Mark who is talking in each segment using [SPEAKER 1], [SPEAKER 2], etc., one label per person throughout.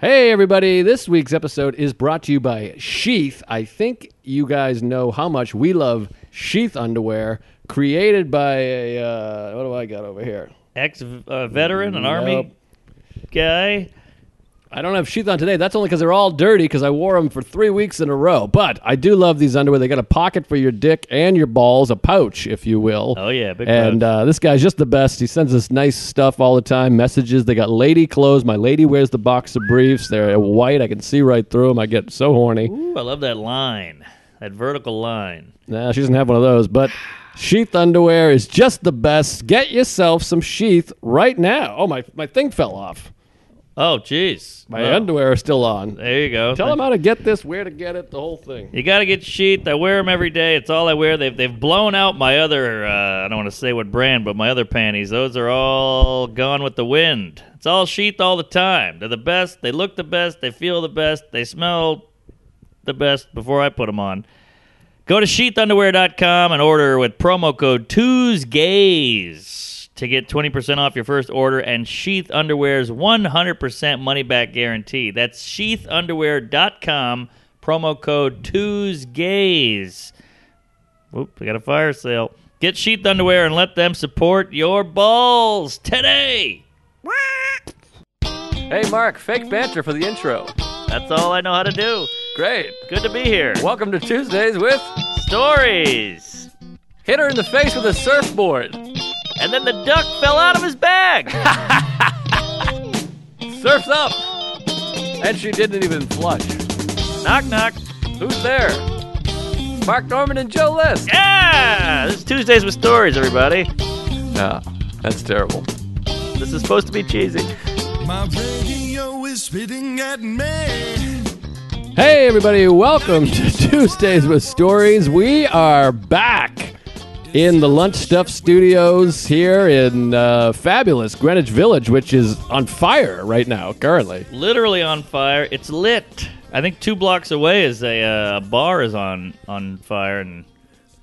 [SPEAKER 1] Hey, everybody. This week's episode is brought to you by Sheath. I think you guys know how much we love Sheath underwear created by a. Uh, what do I got over here?
[SPEAKER 2] Ex uh, veteran, an army guy.
[SPEAKER 1] I don't have sheath on today. That's only because they're all dirty because I wore them for three weeks in a row. But I do love these underwear. They got a pocket for your dick and your balls, a pouch, if you will.
[SPEAKER 2] Oh, yeah, big
[SPEAKER 1] and uh, this guy's just the best. He sends us nice stuff all the time, messages. They got lady clothes. My lady wears the boxer briefs. They're white. I can see right through them. I get so horny.
[SPEAKER 2] Ooh, I love that line, that vertical line.
[SPEAKER 1] Nah, she doesn't have one of those. But sheath underwear is just the best. Get yourself some sheath right now. Oh, my, my thing fell off.
[SPEAKER 2] Oh, jeez.
[SPEAKER 1] My
[SPEAKER 2] Oh,
[SPEAKER 1] underwear is still on.
[SPEAKER 2] There you go.
[SPEAKER 1] Tell them how to get this, where to get it, the whole thing.
[SPEAKER 2] You got to get sheath. I wear them every day. It's all I wear. They've, they've blown out my other, uh, I don't want to say what brand, but my other panties. Those are all gone with the wind. It's all sheath all the time. They're the best. They look the best. They feel the best. They smell the best before I put them on. Go to sheathunderwear.com and order with promo code TUESDAYS to get 20% off your first order and Sheath Underwear's 100% money back guarantee. That's sheathunderwear.com, promo code TUESDAYS. Oop, we got a fire sale. Get Sheath Underwear and let them support your balls today.
[SPEAKER 1] Hey, Mark, fake banter for the intro.
[SPEAKER 2] That's all I know how to do.
[SPEAKER 1] Great.
[SPEAKER 2] Good to be here.
[SPEAKER 1] Welcome to Tuesdays with
[SPEAKER 2] Stories.
[SPEAKER 1] Hit Her in the Face with a Surfboard.
[SPEAKER 2] And then the duck fell out of his bag.
[SPEAKER 1] Surf's up! And she didn't even flush.
[SPEAKER 2] knock, knock.
[SPEAKER 1] Who's there? Mark Norman and Joe List.
[SPEAKER 2] Yeah! This is Tuesdays with Stories, everybody.
[SPEAKER 1] No, that's terrible.
[SPEAKER 2] This is supposed to be cheesy.
[SPEAKER 3] My radio is spitting at me.
[SPEAKER 1] Hey, everybody, welcome to Tuesdays with Stories. We are back in the Lunch Stuff Studios here in uh, fabulous Greenwich Village, which is on fire right now, currently.
[SPEAKER 2] Literally on fire. It's lit. I think two blocks away is a, uh, a bar is on on fire, and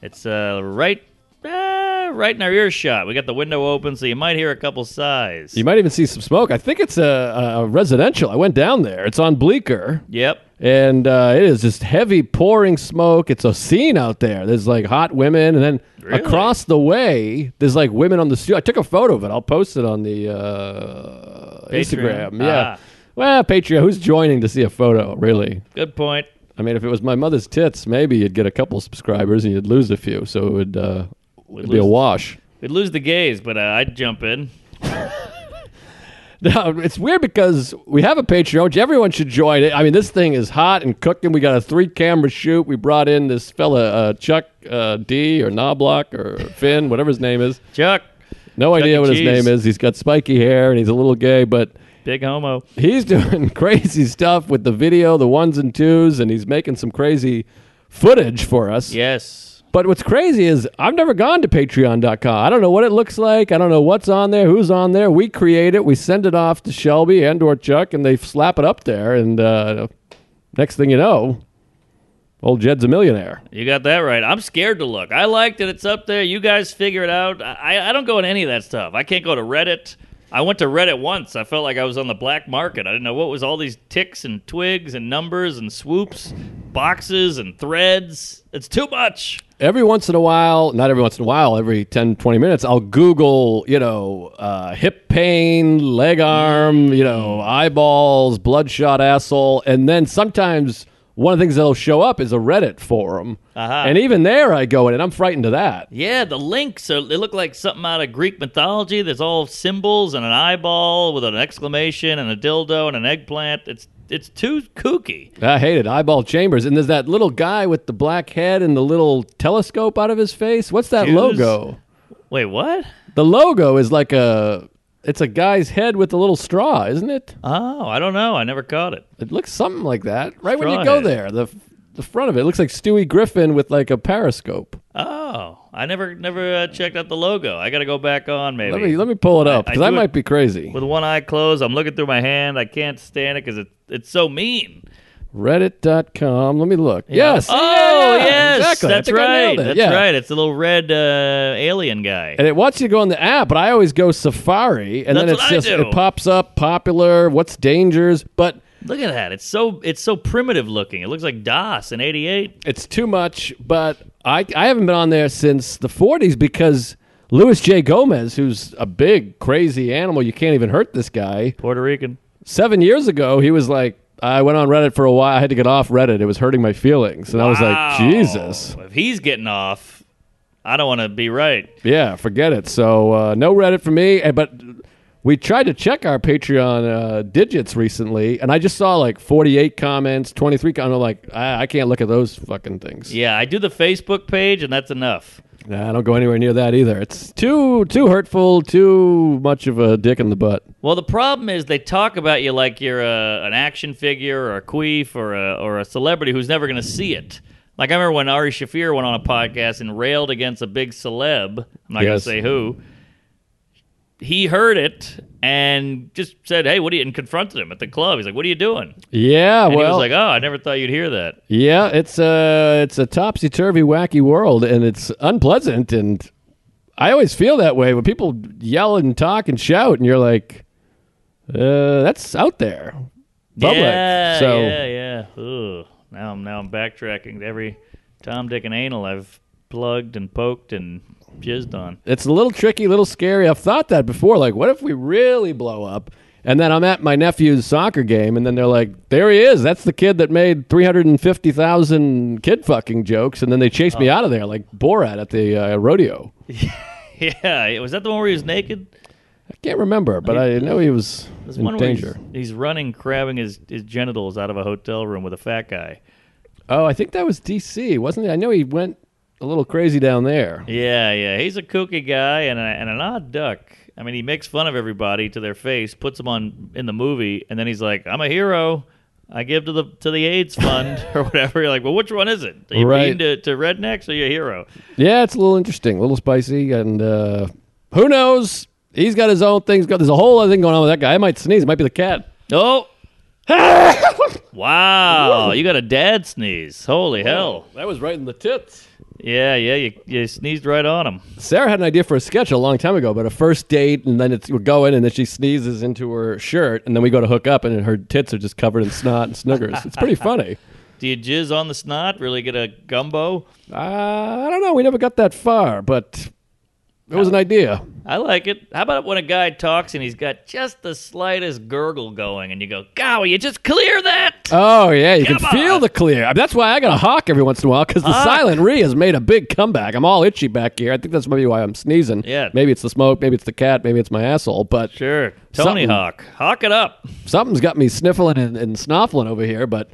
[SPEAKER 2] it's uh, right uh, right in our earshot. We got the window open, so you might hear a couple sighs.
[SPEAKER 1] You might even see some smoke. I think it's a, a residential. I went down there. It's on Bleecker.
[SPEAKER 2] yep.
[SPEAKER 1] and uh, it is just heavy pouring smoke. It's a scene out there. There's like hot women, and then
[SPEAKER 2] Really?
[SPEAKER 1] across the way, there's like women on the street. I took a photo of it. I'll post it on the uh,
[SPEAKER 2] Patreon.
[SPEAKER 1] Instagram. Yeah.
[SPEAKER 2] Ah.
[SPEAKER 1] Well, Patreon. Who's joining to see a photo? Really?
[SPEAKER 2] Good point.
[SPEAKER 1] I mean, if it was my mother's tits, maybe you'd get a couple subscribers and you'd lose a few, so it would uh, it'd be a
[SPEAKER 2] lose-
[SPEAKER 1] wash.
[SPEAKER 2] We'd lose the gaze, but uh, I'd jump in.
[SPEAKER 1] Now, it's weird because we have a Patreon, which everyone should join. I mean, this thing is hot and cooking. We got a three camera shoot. We brought in this fella, uh, Chuck uh, D or Knobloch or Finn, whatever his name is.
[SPEAKER 2] Chuck,
[SPEAKER 1] No
[SPEAKER 2] E.
[SPEAKER 1] idea what his
[SPEAKER 2] Cheese.
[SPEAKER 1] name is. He's got spiky hair and he's a little gay, but
[SPEAKER 2] big homo.
[SPEAKER 1] he's doing crazy stuff with the video, the ones and twos, and he's making some crazy footage for us.
[SPEAKER 2] Yes.
[SPEAKER 1] But what's crazy is I've never gone to patreon.com. I don't know what it looks like. I don't know what's on there, who's on there. We create it, we send it off to Shelby and or Chuck and they slap it up there and uh, next thing you know, old Jed's a millionaire.
[SPEAKER 2] You got that right. I'm scared to look. I like that it's up there. You guys figure it out. I, I don't go in any of that stuff. I can't go to Reddit. I went to Reddit once. I felt like I was on the black market. I didn't know what was all these ticks and twigs and numbers and swoops, boxes and threads. It's too much.
[SPEAKER 1] Every once in a while, not every once in a while, every 10 20 minutes, I'll google, you know, uh, hip pain, leg arm, you know, eyeballs, bloodshot asshole, and then sometimes one of the things that'll show up is a Reddit forum.
[SPEAKER 2] Uh-huh.
[SPEAKER 1] And even there I go in and I'm frightened to that.
[SPEAKER 2] Yeah, the links are they look like something out of Greek mythology. There's all symbols and an eyeball with an exclamation and a dildo and an eggplant. It's it's too kooky.
[SPEAKER 1] I hate it. Eyeball Chambers. And there's that little guy with the black head and the little telescope out of his face. What's that
[SPEAKER 2] Jews?
[SPEAKER 1] logo?
[SPEAKER 2] Wait, what?
[SPEAKER 1] The logo is like a it's a guy's head with a little straw, isn't it?
[SPEAKER 2] Oh, I don't know. I never caught it.
[SPEAKER 1] It looks something like that. Right when you
[SPEAKER 2] Straw
[SPEAKER 1] go
[SPEAKER 2] head.
[SPEAKER 1] there, the the front of it looks like Stewie Griffin with like a periscope.
[SPEAKER 2] Oh, I never never uh, checked out the logo. I got to go back on maybe.
[SPEAKER 1] Let me let me pull it up
[SPEAKER 2] I- I
[SPEAKER 1] because I,
[SPEAKER 2] do it-
[SPEAKER 1] might be crazy.
[SPEAKER 2] With one eye closed, I'm looking through my hand. I can't stand it because it, it's so mean.
[SPEAKER 1] Reddit.com. Let me look. Yes.
[SPEAKER 2] Oh yes,
[SPEAKER 1] Exactly. I
[SPEAKER 2] that's
[SPEAKER 1] think I
[SPEAKER 2] right.
[SPEAKER 1] nailed it.
[SPEAKER 2] That's
[SPEAKER 1] yeah.
[SPEAKER 2] right. It's a little red uh, alien guy.
[SPEAKER 1] and it wants you to go on the app, but I always go Safari, and
[SPEAKER 2] That's
[SPEAKER 1] then it's
[SPEAKER 2] what I
[SPEAKER 1] just
[SPEAKER 2] do.
[SPEAKER 1] it pops up popular, what's dangers, but
[SPEAKER 2] Look at that. It's so it's so primitive looking. It looks like DOS in '88.
[SPEAKER 1] It's too much, but I I haven't been on there since the 40s because Louis J. Gomez, who's a big crazy animal, you can't even hurt this guy.
[SPEAKER 2] Puerto Rican.
[SPEAKER 1] Seven years ago, he was like, I went on Reddit for a while. I had to get off Reddit. It was hurting my feelings, and I was like,
[SPEAKER 2] Wow.
[SPEAKER 1] Jesus,
[SPEAKER 2] If he's getting off, I don't want to be right.
[SPEAKER 1] yeah, forget it. So uh, no Reddit for me. eh, But we tried to check our Patreon uh, digits recently, and I just saw like 48 comments, 23. com- I'm like, I, I can't look at those fucking things.
[SPEAKER 2] Yeah, I do the Facebook page, and that's enough.
[SPEAKER 1] Nah, I don't go anywhere near that either. It's too too hurtful, too much of a dick in the butt.
[SPEAKER 2] Well, the problem is they talk about you like you're a, an action figure or a queef or a, or a celebrity who's never going to see it. Like I remember when Ari Shafir went on a podcast and railed against a big celeb. I'm not going to
[SPEAKER 1] Yes.
[SPEAKER 2] say who. He heard it and just said, "Hey, what are you?" and confronted him at the club. He's like, "What are you doing?"
[SPEAKER 1] Yeah,
[SPEAKER 2] And
[SPEAKER 1] well,
[SPEAKER 2] he was like, "Oh, I never thought you'd hear that."
[SPEAKER 1] yeah, it's a it's a topsy turvy, wacky world, and it's unpleasant. And I always feel that way when people yell and talk and shout, and you're like, uh, that's out there, public.
[SPEAKER 2] Yeah,
[SPEAKER 1] so
[SPEAKER 2] yeah, yeah. Ugh. Now I'm now I'm backtracking to every Tom, Dick, and anal I've plugged and poked and jizzed on.
[SPEAKER 1] it's a little tricky, a little scary. I've thought that before. Like, what if we really blow up? And then I'm at my nephew's soccer game, and then they're like, "There he is. That's the kid that made 350,000 kid fucking jokes." And then they chase
[SPEAKER 2] Oh.
[SPEAKER 1] me out of there, like Borat at the uh, rodeo.
[SPEAKER 2] Yeah, was that the one where he was naked?
[SPEAKER 1] I can't remember, but I know he was
[SPEAKER 2] There's
[SPEAKER 1] in
[SPEAKER 2] one
[SPEAKER 1] danger.
[SPEAKER 2] where he's, he's running, grabbing his, his genitals out of a hotel room with a fat guy.
[SPEAKER 1] Oh, I think that was DC, wasn't it? I know he went a little crazy down there.
[SPEAKER 2] Yeah, yeah, he's a kooky guy and, a, and an odd duck. I mean, he makes fun of everybody to their face, puts them on in the movie, and then he's like, "I'm a hero. I give to the to the AIDS fund or whatever." You're like, "Well, which one is it? Are you
[SPEAKER 1] Right.
[SPEAKER 2] mean to, to rednecks or are you a hero?"
[SPEAKER 1] Yeah, it's a little interesting, a little spicy, and uh, who knows? He's got his own things. Got there's a whole other thing going on with that guy. I might sneeze. It might be the cat.
[SPEAKER 2] Oh, wow! You got a dad sneeze. Holy hell!
[SPEAKER 1] that was right in the tits.
[SPEAKER 2] Yeah, yeah, you, you sneezed right on him.
[SPEAKER 1] Sarah had an idea for a sketch a long time ago, but a first date, and then it's we're going, and then she sneezes into her shirt, and then we go to hook up, and her tits are just covered in snot and sniggers. It's pretty funny.
[SPEAKER 2] Do you jizz on the snot? Really get a gumbo?
[SPEAKER 1] Uh, I don't know. We never got that far, but it was an idea.
[SPEAKER 2] I like it. How about when a guy talks and he's got just the slightest gurgle going, and you go, "God, will you just clear that?"
[SPEAKER 1] Oh yeah, you
[SPEAKER 2] Come
[SPEAKER 1] can feel
[SPEAKER 2] on.
[SPEAKER 1] the clear. That's why I got a hawk every once in a while because the silent re has made a big comeback. I'm all itchy back here. I think that's maybe why I'm sneezing.
[SPEAKER 2] Yeah.
[SPEAKER 1] maybe it's the smoke, maybe it's the cat, maybe it's my asshole. But
[SPEAKER 2] sure, Tony
[SPEAKER 1] Something.
[SPEAKER 2] Hawk, hawk it up.
[SPEAKER 1] something's got me sniffling and, and snuffling over here, but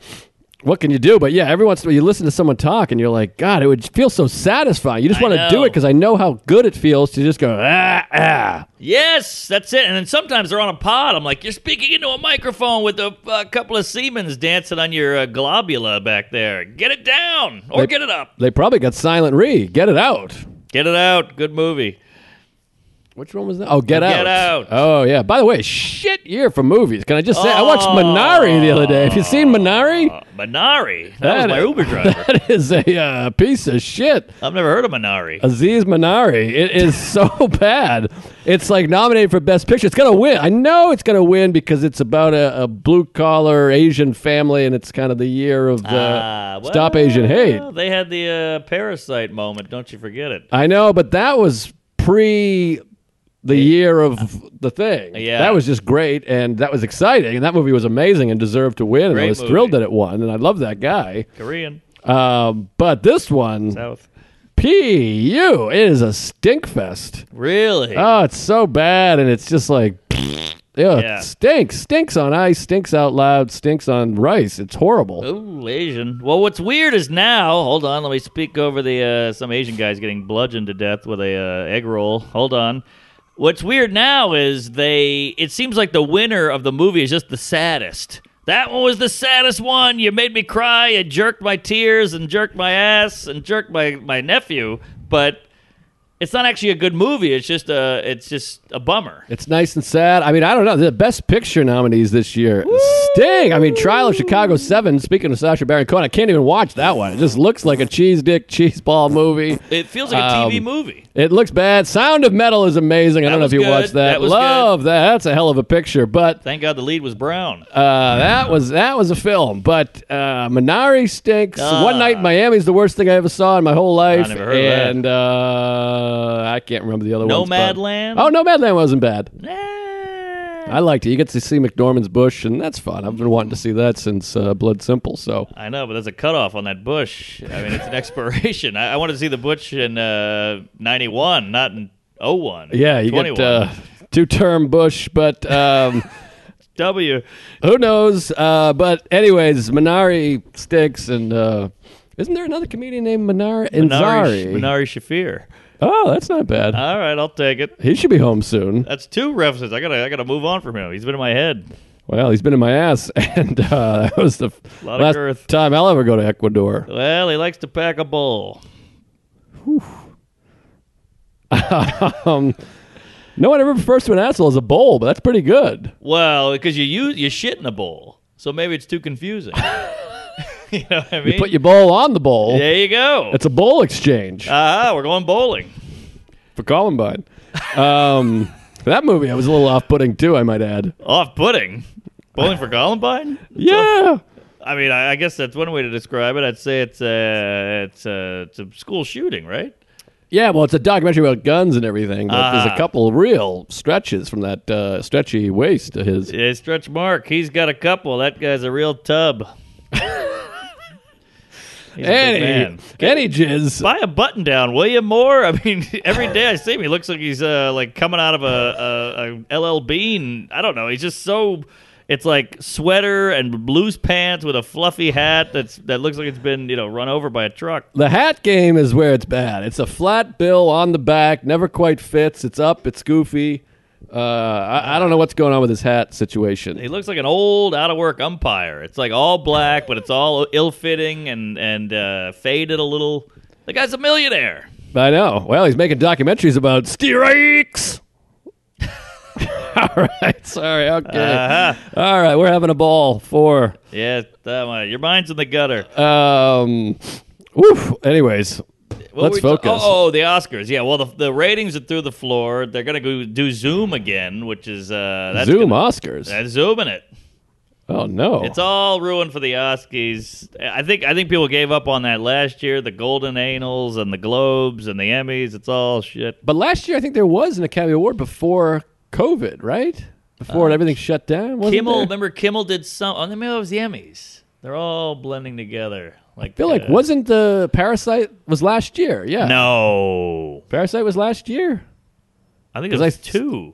[SPEAKER 1] what can you do? But yeah, every once in a while you listen to someone talk and you're like, God, it would feel so satisfying. You just
[SPEAKER 2] I
[SPEAKER 1] want to do
[SPEAKER 2] know.
[SPEAKER 1] it because I know how good it feels to just go, ah, ah.
[SPEAKER 2] Yes, that's it. And then sometimes they're on a pod. I'm like, "You're speaking into a microphone with a uh, couple of Siemens dancing on your uh, globula back there. Get it down or
[SPEAKER 1] They-
[SPEAKER 2] get it up.
[SPEAKER 1] They probably got Silent Re. Get it out.
[SPEAKER 2] Get it out. Good movie.
[SPEAKER 1] Which one was that? Oh, Get Out.
[SPEAKER 2] Get Out.
[SPEAKER 1] Oh, yeah. By the way, shit year for movies. Can I just say, I watched Minari the other day. Have you seen Minari?
[SPEAKER 2] Uh, Minari.
[SPEAKER 1] That-
[SPEAKER 2] That, was my Uber driver.
[SPEAKER 1] That is a uh, piece of shit.
[SPEAKER 2] I've never heard of Minari.
[SPEAKER 1] Aziz Minari. It is so bad. It's like nominated for Best Picture. It's gonna win. I know it's gonna win because it's about a, a blue collar Asian family, and it's kind of the year of the
[SPEAKER 2] Ah,
[SPEAKER 1] Uh, Stop
[SPEAKER 2] well,
[SPEAKER 1] Asian Hate.
[SPEAKER 2] They had the uh, parasite moment. Don't you forget it.
[SPEAKER 1] I know, but that was pre the year of the thing.
[SPEAKER 2] Yeah.
[SPEAKER 1] that was just great, and that was exciting, and that movie was amazing and deserved to win. and I
[SPEAKER 2] Great
[SPEAKER 1] was thrilled
[SPEAKER 2] movie.
[SPEAKER 1] that it won, and I love that guy.
[SPEAKER 2] Korean
[SPEAKER 1] Um, but this one,
[SPEAKER 2] South.
[SPEAKER 1] P.U., it is a stink fest.
[SPEAKER 2] Really?
[SPEAKER 1] Oh, it's so bad, and it's just like, yeah,
[SPEAKER 2] Yeah.
[SPEAKER 1] stinks, stinks on ice, stinks out loud, stinks on rice. It's horrible.
[SPEAKER 2] Ooh, Asian. Well, what's weird is now. Hold on, let me speak over the uh, some Asian guys getting bludgeoned to death with a uh, egg roll. Hold on. What's weird now is they. It seems like the winner of the movie is just the saddest. That one was the saddest one. You made me cry. You jerked my tears and jerked my ass and jerked my my nephew. But It's not actually a good movie. It's just a it's just a bummer.
[SPEAKER 1] It's nice and sad. I mean, I don't know. The best picture nominees this year. Sting. I mean, Trial of Chicago 7. Speaking of Sasha Baron Cohen, I can't even watch that one. It just looks like a cheese dick, cheese ball movie.
[SPEAKER 2] It feels like a TV movie.
[SPEAKER 1] It looks bad. Sound of Metal is amazing. I
[SPEAKER 2] That
[SPEAKER 1] don't know if
[SPEAKER 2] was
[SPEAKER 1] you
[SPEAKER 2] good.
[SPEAKER 1] watched that.
[SPEAKER 2] That was
[SPEAKER 1] Love that. That's a hell of a picture. But
[SPEAKER 2] Thank God the lead was brown.
[SPEAKER 1] uh, that was that was a film. But uh, Minari stinks. One Night in Miami is the worst thing I ever saw in my whole life.
[SPEAKER 2] Ah. never heard of that.
[SPEAKER 1] and uh, I can't remember the other ones. but-
[SPEAKER 2] Nomadland?
[SPEAKER 1] Oh, Nomadland wasn't bad.
[SPEAKER 2] Nah.
[SPEAKER 1] I liked it. You get to see McDormand's bush, and that's fun. I've been wanting to see that since uh, Blood Simple. So
[SPEAKER 2] I know, but there's a cutoff on that Bush. I mean, it's an expiration. I, I wanted to see the Bush in uh, 91, not in 01.
[SPEAKER 1] yeah, you
[SPEAKER 2] 21.
[SPEAKER 1] get uh, two-term Bush, but um,
[SPEAKER 2] W.
[SPEAKER 1] who knows? Uh, but anyways, Minari sticks, and uh, isn't there another comedian named Minari
[SPEAKER 2] Minari, Uh,
[SPEAKER 1] Inzari?
[SPEAKER 2] Minari Shafir.
[SPEAKER 1] Oh, that's not bad.
[SPEAKER 2] All right, I'll take it.
[SPEAKER 1] he should be home soon.
[SPEAKER 2] That's two references. I gotta, I gotta move on from him. He's been in my head.
[SPEAKER 1] Well, he's been in my ass, and uh, that was the
[SPEAKER 2] Lot of
[SPEAKER 1] last
[SPEAKER 2] girth.
[SPEAKER 1] time I'll ever go to Ecuador.
[SPEAKER 2] Well, he likes to pack a bowl.
[SPEAKER 1] No one ever refers to an asshole as a bowl, but that's pretty good.
[SPEAKER 2] Well, because you use you shit in a bowl, so maybe it's too confusing. you know what I mean?
[SPEAKER 1] You put your bowl on the bowl.
[SPEAKER 2] there you go.
[SPEAKER 1] It's a bowl exchange.
[SPEAKER 2] Aha, we're going bowling.
[SPEAKER 1] for Columbine. Um, that movie I was a little off-putting too. I might add.
[SPEAKER 2] Off putting. Bowling for Columbine?
[SPEAKER 1] Yeah,
[SPEAKER 2] I mean, I, I guess that's one way to describe it. I'd say it's a, it's a, it's a school shooting, right?
[SPEAKER 1] yeah. Well, it's a documentary about guns and everything. But there's
[SPEAKER 2] Ah.
[SPEAKER 1] a couple real stretches from that uh, stretchy waist of his.
[SPEAKER 2] Yeah, Stretch Mark, he's got a couple. That guy's a real tub. He's a big
[SPEAKER 1] Any,
[SPEAKER 2] man.
[SPEAKER 1] any jizz.
[SPEAKER 2] Buy a button down, William Moore. I mean, every day I see him, he looks like he's uh, like coming out of a, a, a LL Bean. I don't know. He's just so. It's like sweater and blues pants with a fluffy hat that's that looks like it's been you know run over by a truck.
[SPEAKER 1] The hat game is where it's bad. It's a flat bill on the back, never quite fits. It's up. It's goofy. Uh, I, I don't know what's going on with his hat situation.
[SPEAKER 2] He looks like an old, out of work umpire. It's like all black, but it's all ill fitting and and uh, faded a little. The guy's a millionaire.
[SPEAKER 1] I know. Well, he's making documentaries about steroids. All right. Sorry. Okay.
[SPEAKER 2] Uh-huh.
[SPEAKER 1] All right. We're having a ball for
[SPEAKER 2] Yeah, that one. your mind's in the gutter.
[SPEAKER 1] um. Oof. Anyways, let's
[SPEAKER 2] What were we ta-
[SPEAKER 1] focus.
[SPEAKER 2] oh, oh, the Oscars. Yeah. Well, the, the ratings are through the floor. They're gonna go do Zoom again, which is uh, that's
[SPEAKER 1] Zoom
[SPEAKER 2] gonna-
[SPEAKER 1] Oscars.
[SPEAKER 2] That's zooming it.
[SPEAKER 1] oh no.
[SPEAKER 2] It's all ruined for the Oscars. I think I think people gave up on that last year. The Golden Anals and the Globes and the Emmys. It's all shit.
[SPEAKER 1] but last year, I think there was an Academy Award before COVID, right? Before everything shut down. Wasn't
[SPEAKER 2] Uh, Kimmel,
[SPEAKER 1] there?
[SPEAKER 2] remember Kimmel did some. Oh, maybe it was the Emmys. They're all blending together. Like,
[SPEAKER 1] I feel like
[SPEAKER 2] uh,
[SPEAKER 1] wasn't the Parasite was last year? Yeah.
[SPEAKER 2] No,
[SPEAKER 1] Parasite was last year.
[SPEAKER 2] I think it
[SPEAKER 1] 'Cause I
[SPEAKER 2] was
[SPEAKER 1] s-
[SPEAKER 2] two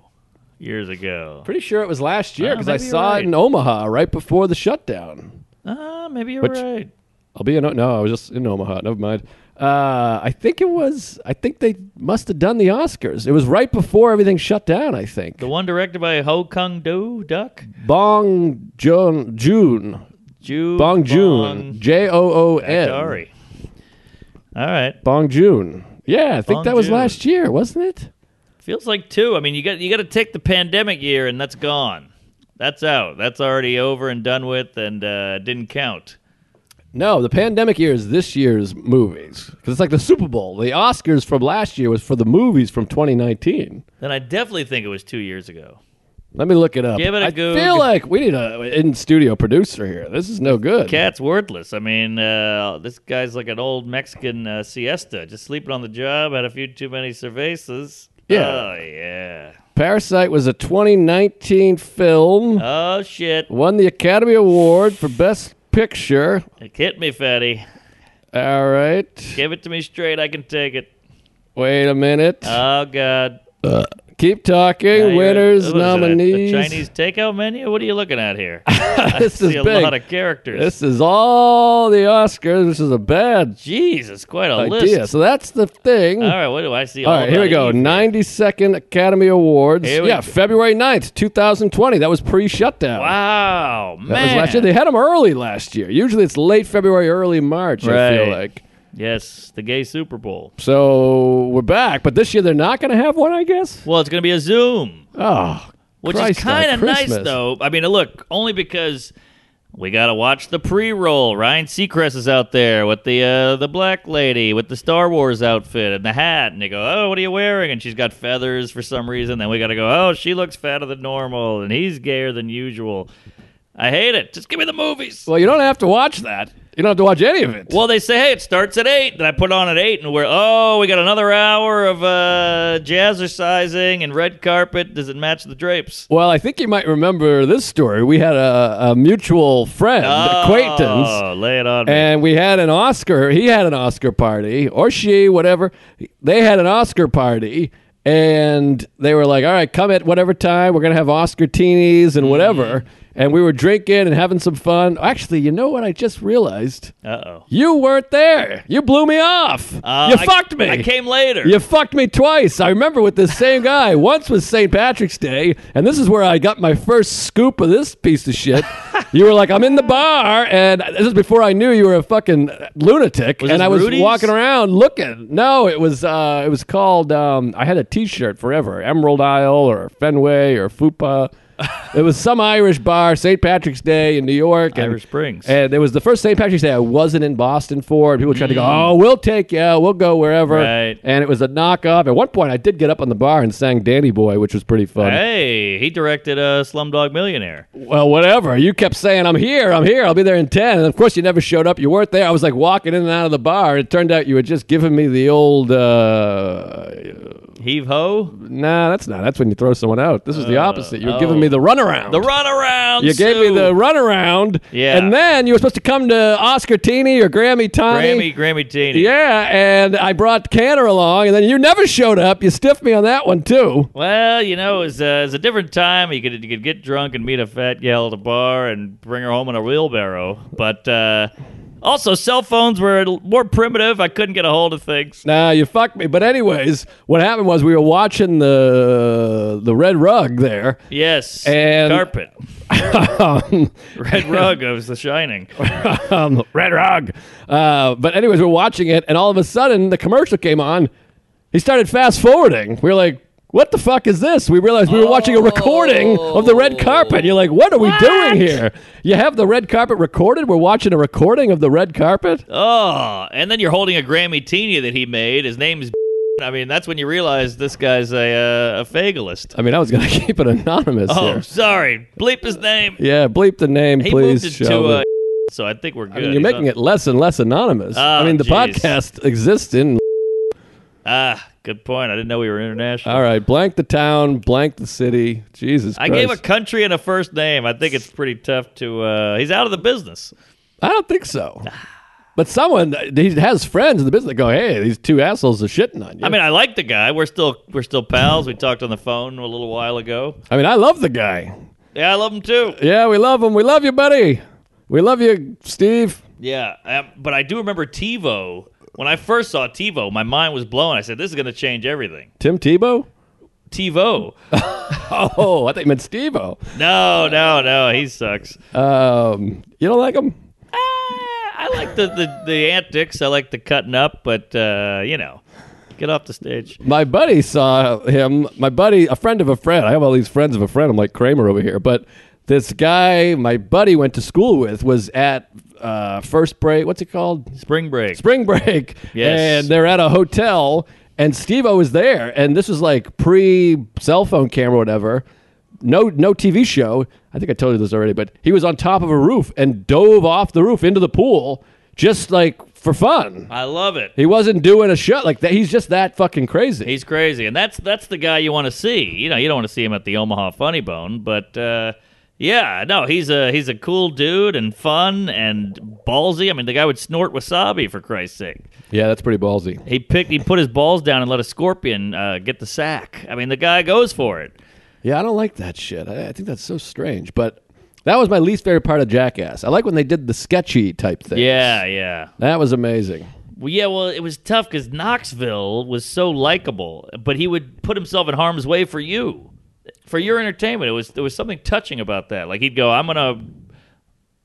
[SPEAKER 2] years ago.
[SPEAKER 1] Pretty sure it was last year
[SPEAKER 2] Oh,
[SPEAKER 1] because I
[SPEAKER 2] maybe you're
[SPEAKER 1] saw
[SPEAKER 2] right.
[SPEAKER 1] it in Omaha right before the shutdown.
[SPEAKER 2] Ah, maybe you're
[SPEAKER 1] Which-
[SPEAKER 2] right.
[SPEAKER 1] I'll be in. No, I was just in Omaha. Never mind. Uh, I think it was. I think they must have done the Oscars. It was right before everything shut down. I think.
[SPEAKER 2] The one directed by Ho Kung Do Duck
[SPEAKER 1] Bong Joon June.
[SPEAKER 2] Ju
[SPEAKER 1] Bong Joon. J O O N.
[SPEAKER 2] Sorry. All right,
[SPEAKER 1] Bong Joon. Yeah, I think
[SPEAKER 2] Bong
[SPEAKER 1] that was
[SPEAKER 2] Joon.
[SPEAKER 1] last year, wasn't it?
[SPEAKER 2] feels like two. I mean, you got you got to take the pandemic year, and that's gone. That's out. That's already over and done with, and uh, didn't count.
[SPEAKER 1] No, the pandemic year is this year's movies because it's like the Super Bowl. The Oscars from last year was for the movies from 2019.
[SPEAKER 2] Then I definitely think it was two years ago.
[SPEAKER 1] Let me look it up.
[SPEAKER 2] Give it a
[SPEAKER 1] I
[SPEAKER 2] Goog.
[SPEAKER 1] feel like we need a in-studio producer here. This is no good.
[SPEAKER 2] cat's worthless. I mean, uh, this guy's like an old Mexican uh, siesta, just sleeping on the job, had a few too many cervezas.
[SPEAKER 1] Yeah.
[SPEAKER 2] Oh, yeah.
[SPEAKER 1] Parasite was a 2019 film,
[SPEAKER 2] Oh, shit.
[SPEAKER 1] won the Academy Award for Best Picture.
[SPEAKER 2] It hit me, fatty.
[SPEAKER 1] All right.
[SPEAKER 2] Give it to me straight. I can take it.
[SPEAKER 1] Wait a minute.
[SPEAKER 2] Oh, God.
[SPEAKER 1] Keep talking.
[SPEAKER 2] Now you're-
[SPEAKER 1] Winners,
[SPEAKER 2] what is it, a-
[SPEAKER 1] nominees.
[SPEAKER 2] A, Chinese takeout menu? What are you looking at here?
[SPEAKER 1] this
[SPEAKER 2] I
[SPEAKER 1] is
[SPEAKER 2] see a
[SPEAKER 1] big.
[SPEAKER 2] lot of characters.
[SPEAKER 1] this is all the Oscars. This is a bad
[SPEAKER 2] Jesus, quite a
[SPEAKER 1] idea.
[SPEAKER 2] list.
[SPEAKER 1] So that's the thing.
[SPEAKER 2] All right, what do I see?
[SPEAKER 1] All right, here we go. 92nd Academy Awards.
[SPEAKER 2] Here we
[SPEAKER 1] Yeah,
[SPEAKER 2] go.
[SPEAKER 1] February 9th, 2020. That was pre-shutdown.
[SPEAKER 2] Wow, man.
[SPEAKER 1] That was last year. They had them early last year. Usually it's late February, early March, I feel
[SPEAKER 2] Right.
[SPEAKER 1] like.
[SPEAKER 2] Yes, the gay Super Bowl.
[SPEAKER 1] So we're back, but this year they're not going to have one, I guess.
[SPEAKER 2] Well, it's going to be a Zoom,
[SPEAKER 1] Oh,
[SPEAKER 2] which
[SPEAKER 1] Christ
[SPEAKER 2] is
[SPEAKER 1] on
[SPEAKER 2] kind of nice,
[SPEAKER 1] Christmas.
[SPEAKER 2] though. I mean, look, only because we got to watch the pre-roll. Ryan Seacrest is out there with the uh, the black lady with the Star Wars outfit and the hat, and they go, "Oh, what are you wearing?" And she's got feathers for some reason. Then we got to go, "Oh, she looks fatter than normal, and he's gayer than usual." I hate it. Just give me the movies.
[SPEAKER 1] Well, you don't have to watch that. You don't have to watch any of it.
[SPEAKER 2] Well, they say, hey, it starts at eight. Then I put on at eight, and we're oh, we got another hour of uh, jazzercising and red carpet. Does it match the drapes?
[SPEAKER 1] Well, I think you might remember this story. We had a, a mutual friend, acquaintance,
[SPEAKER 2] Oh, lay it on me.
[SPEAKER 1] and we had an Oscar. He had an Oscar party, or she, whatever. They had an Oscar party, and they were like, "All right, come at whatever time. We're gonna have Oscar teenies and whatever."
[SPEAKER 2] Mm-hmm.
[SPEAKER 1] And we were drinking and having some fun. Actually, you know what? I just realized
[SPEAKER 2] Uh oh.
[SPEAKER 1] you weren't there. You blew me off. you fucked me.
[SPEAKER 2] Uh, I came later.
[SPEAKER 1] You fucked me twice. I remember with this same guy. Once was St. Patrick's Day, and this is where I got my first scoop of this piece of shit. you were like, I'm in the bar, and this is before I knew you were a fucking lunatic.
[SPEAKER 2] Was
[SPEAKER 1] and
[SPEAKER 2] this
[SPEAKER 1] I was
[SPEAKER 2] Rudy's?
[SPEAKER 1] walking around looking. No, it was uh, it was called. Um, I had a T-shirt forever, Emerald Isle or Fenway or Fupa. it was some Irish bar, St. Patrick's Day in New York. and-
[SPEAKER 2] Irish Springs.
[SPEAKER 1] and it was the first St. Patrick's Day I wasn't in Boston for, and people tried to go, "Oh, we'll take you, we'll go wherever."
[SPEAKER 2] Mm. Right.
[SPEAKER 1] And it was a knockoff. At one point, I did get up on the bar and sang "Danny Boy," which was pretty fun.
[SPEAKER 2] Eh? Hey, he directed uh, Slumdog Millionaire.
[SPEAKER 1] Well, whatever. You kept saying, "I'm here, I'm here, I'll be there in 10. And of course, you never showed up. You weren't there. I was like walking in and out of the bar. It turned out you had just given me the old. Uh,
[SPEAKER 2] Heave ho.
[SPEAKER 1] nah, that's not. That's when you throw someone out. This was the opposite. You were giving
[SPEAKER 2] oh.
[SPEAKER 1] me the runaround.
[SPEAKER 2] The runaround.
[SPEAKER 1] You gave
[SPEAKER 2] Sue.
[SPEAKER 1] me the runaround,
[SPEAKER 2] Yeah.
[SPEAKER 1] and then you were supposed to come to Oscar Teeny or Grammy Tony.
[SPEAKER 2] Grammy, Grammy Teeny.
[SPEAKER 1] Yeah, and I brought Canner along, and then you never showed up. You stiffed me on that one too.
[SPEAKER 2] Well, you know, it's uh, it's a different time. You could you could get drunk and meet a fat gal at a bar and bring her home in a wheelbarrow. But uh, also, cell phones were a l- more primitive. I couldn't get a hold of things.
[SPEAKER 1] Nah, you fucked me. But anyways, what happened was we were watching the the red rug there.
[SPEAKER 2] Yes,
[SPEAKER 1] And-
[SPEAKER 2] carpet, red rug. It was The Shining.
[SPEAKER 1] um, red rug. Uh, but anyways, we we're watching it, and all of a sudden the commercial came on. He started fast forwarding. We were like. What the fuck is this? We realized we were watching a recording of the red carpet. You're like, what are we doing here? You have the red carpet recorded? We're watching a recording of the red carpet?
[SPEAKER 2] Oh, and then you're holding a Grammy Teeny that he made. His name's. I mean, that's when you realize this guy's a uh, a fagalist.
[SPEAKER 1] I mean, I was going to keep it anonymous
[SPEAKER 2] Oh,
[SPEAKER 1] here.
[SPEAKER 2] sorry, bleep his name.
[SPEAKER 1] Yeah, bleep the name,
[SPEAKER 2] He
[SPEAKER 1] please.
[SPEAKER 2] moved it to
[SPEAKER 1] Sheldon.
[SPEAKER 2] uh, so I think we're
[SPEAKER 1] I
[SPEAKER 2] good.
[SPEAKER 1] mean, you're
[SPEAKER 2] He's
[SPEAKER 1] making
[SPEAKER 2] on-
[SPEAKER 1] it less and less anonymous. I
[SPEAKER 2] Oh,
[SPEAKER 1] mean, the
[SPEAKER 2] jeez.
[SPEAKER 1] podcast exists in.
[SPEAKER 2] Ah, good point. I didn't know we were international.
[SPEAKER 1] All right, blank the town, blank the city. Jesus
[SPEAKER 2] I
[SPEAKER 1] Christ.
[SPEAKER 2] gave a country and a first name. I think it's pretty tough to. Uh, he's out of the business.
[SPEAKER 1] I don't think so.
[SPEAKER 2] Ah.
[SPEAKER 1] But someone he has friends in the business that go, "Hey, these two assholes are shitting on you."
[SPEAKER 2] I mean, I like the guy. We're still we're still pals. We talked on the phone a little while ago.
[SPEAKER 1] I mean, I love the guy.
[SPEAKER 2] Yeah, I love him too.
[SPEAKER 1] Yeah, we love him. We love you, buddy. We love you, Steve.
[SPEAKER 2] Yeah, um, but I do remember TiVo. When I first saw TiVo, my mind was blown. I said, "This is going to change everything."
[SPEAKER 1] Tim Tebow.
[SPEAKER 2] TiVo.
[SPEAKER 1] Oh, I think you meant Steve-O.
[SPEAKER 2] No, no, no. He sucks.
[SPEAKER 1] Um, you don't like him?
[SPEAKER 2] Ah, I like the, the the antics. I like the cutting up, but uh, you know, get off the stage.
[SPEAKER 1] My buddy saw him. My buddy, a friend of a friend. I have all these friends of a friend. I'm like Kramer over here, but this guy, my buddy, went to school with was at uh, first break. What's it called?
[SPEAKER 2] Spring break.
[SPEAKER 1] Spring break.
[SPEAKER 2] Yes.
[SPEAKER 1] And they're at a hotel, and Steve O was there, and this was like pre cell phone camera, whatever. No, no TV show. I think I told you this already, but he was on top of a roof and dove off the roof into the pool just like for fun.
[SPEAKER 2] I love it.
[SPEAKER 1] He wasn't doing a shot like that. He's just that fucking crazy.
[SPEAKER 2] He's crazy, and that's that's the guy you want to see. You know, you don't want to see him at the Omaha Funny Bone, but uh, yeah, no, he's a he's a cool dude and fun and ballsy. I mean, the guy would snort wasabi for Christ's sake.
[SPEAKER 1] Yeah, that's pretty ballsy.
[SPEAKER 2] He picked, he put his balls down and let a scorpion uh, get the sack. I mean, the guy goes for it.
[SPEAKER 1] Yeah, I don't like that shit. I, I think that's so strange. But that was my least favorite part of Jackass. I like when they did the sketchy type thing.
[SPEAKER 2] Yeah, yeah,
[SPEAKER 1] That was amazing.
[SPEAKER 2] well, yeah. Well, it was tough because Knoxville was so likable, but he would put himself in harm's way for you, for your entertainment. It was there was something touching about that. Like he'd go, "I'm gonna."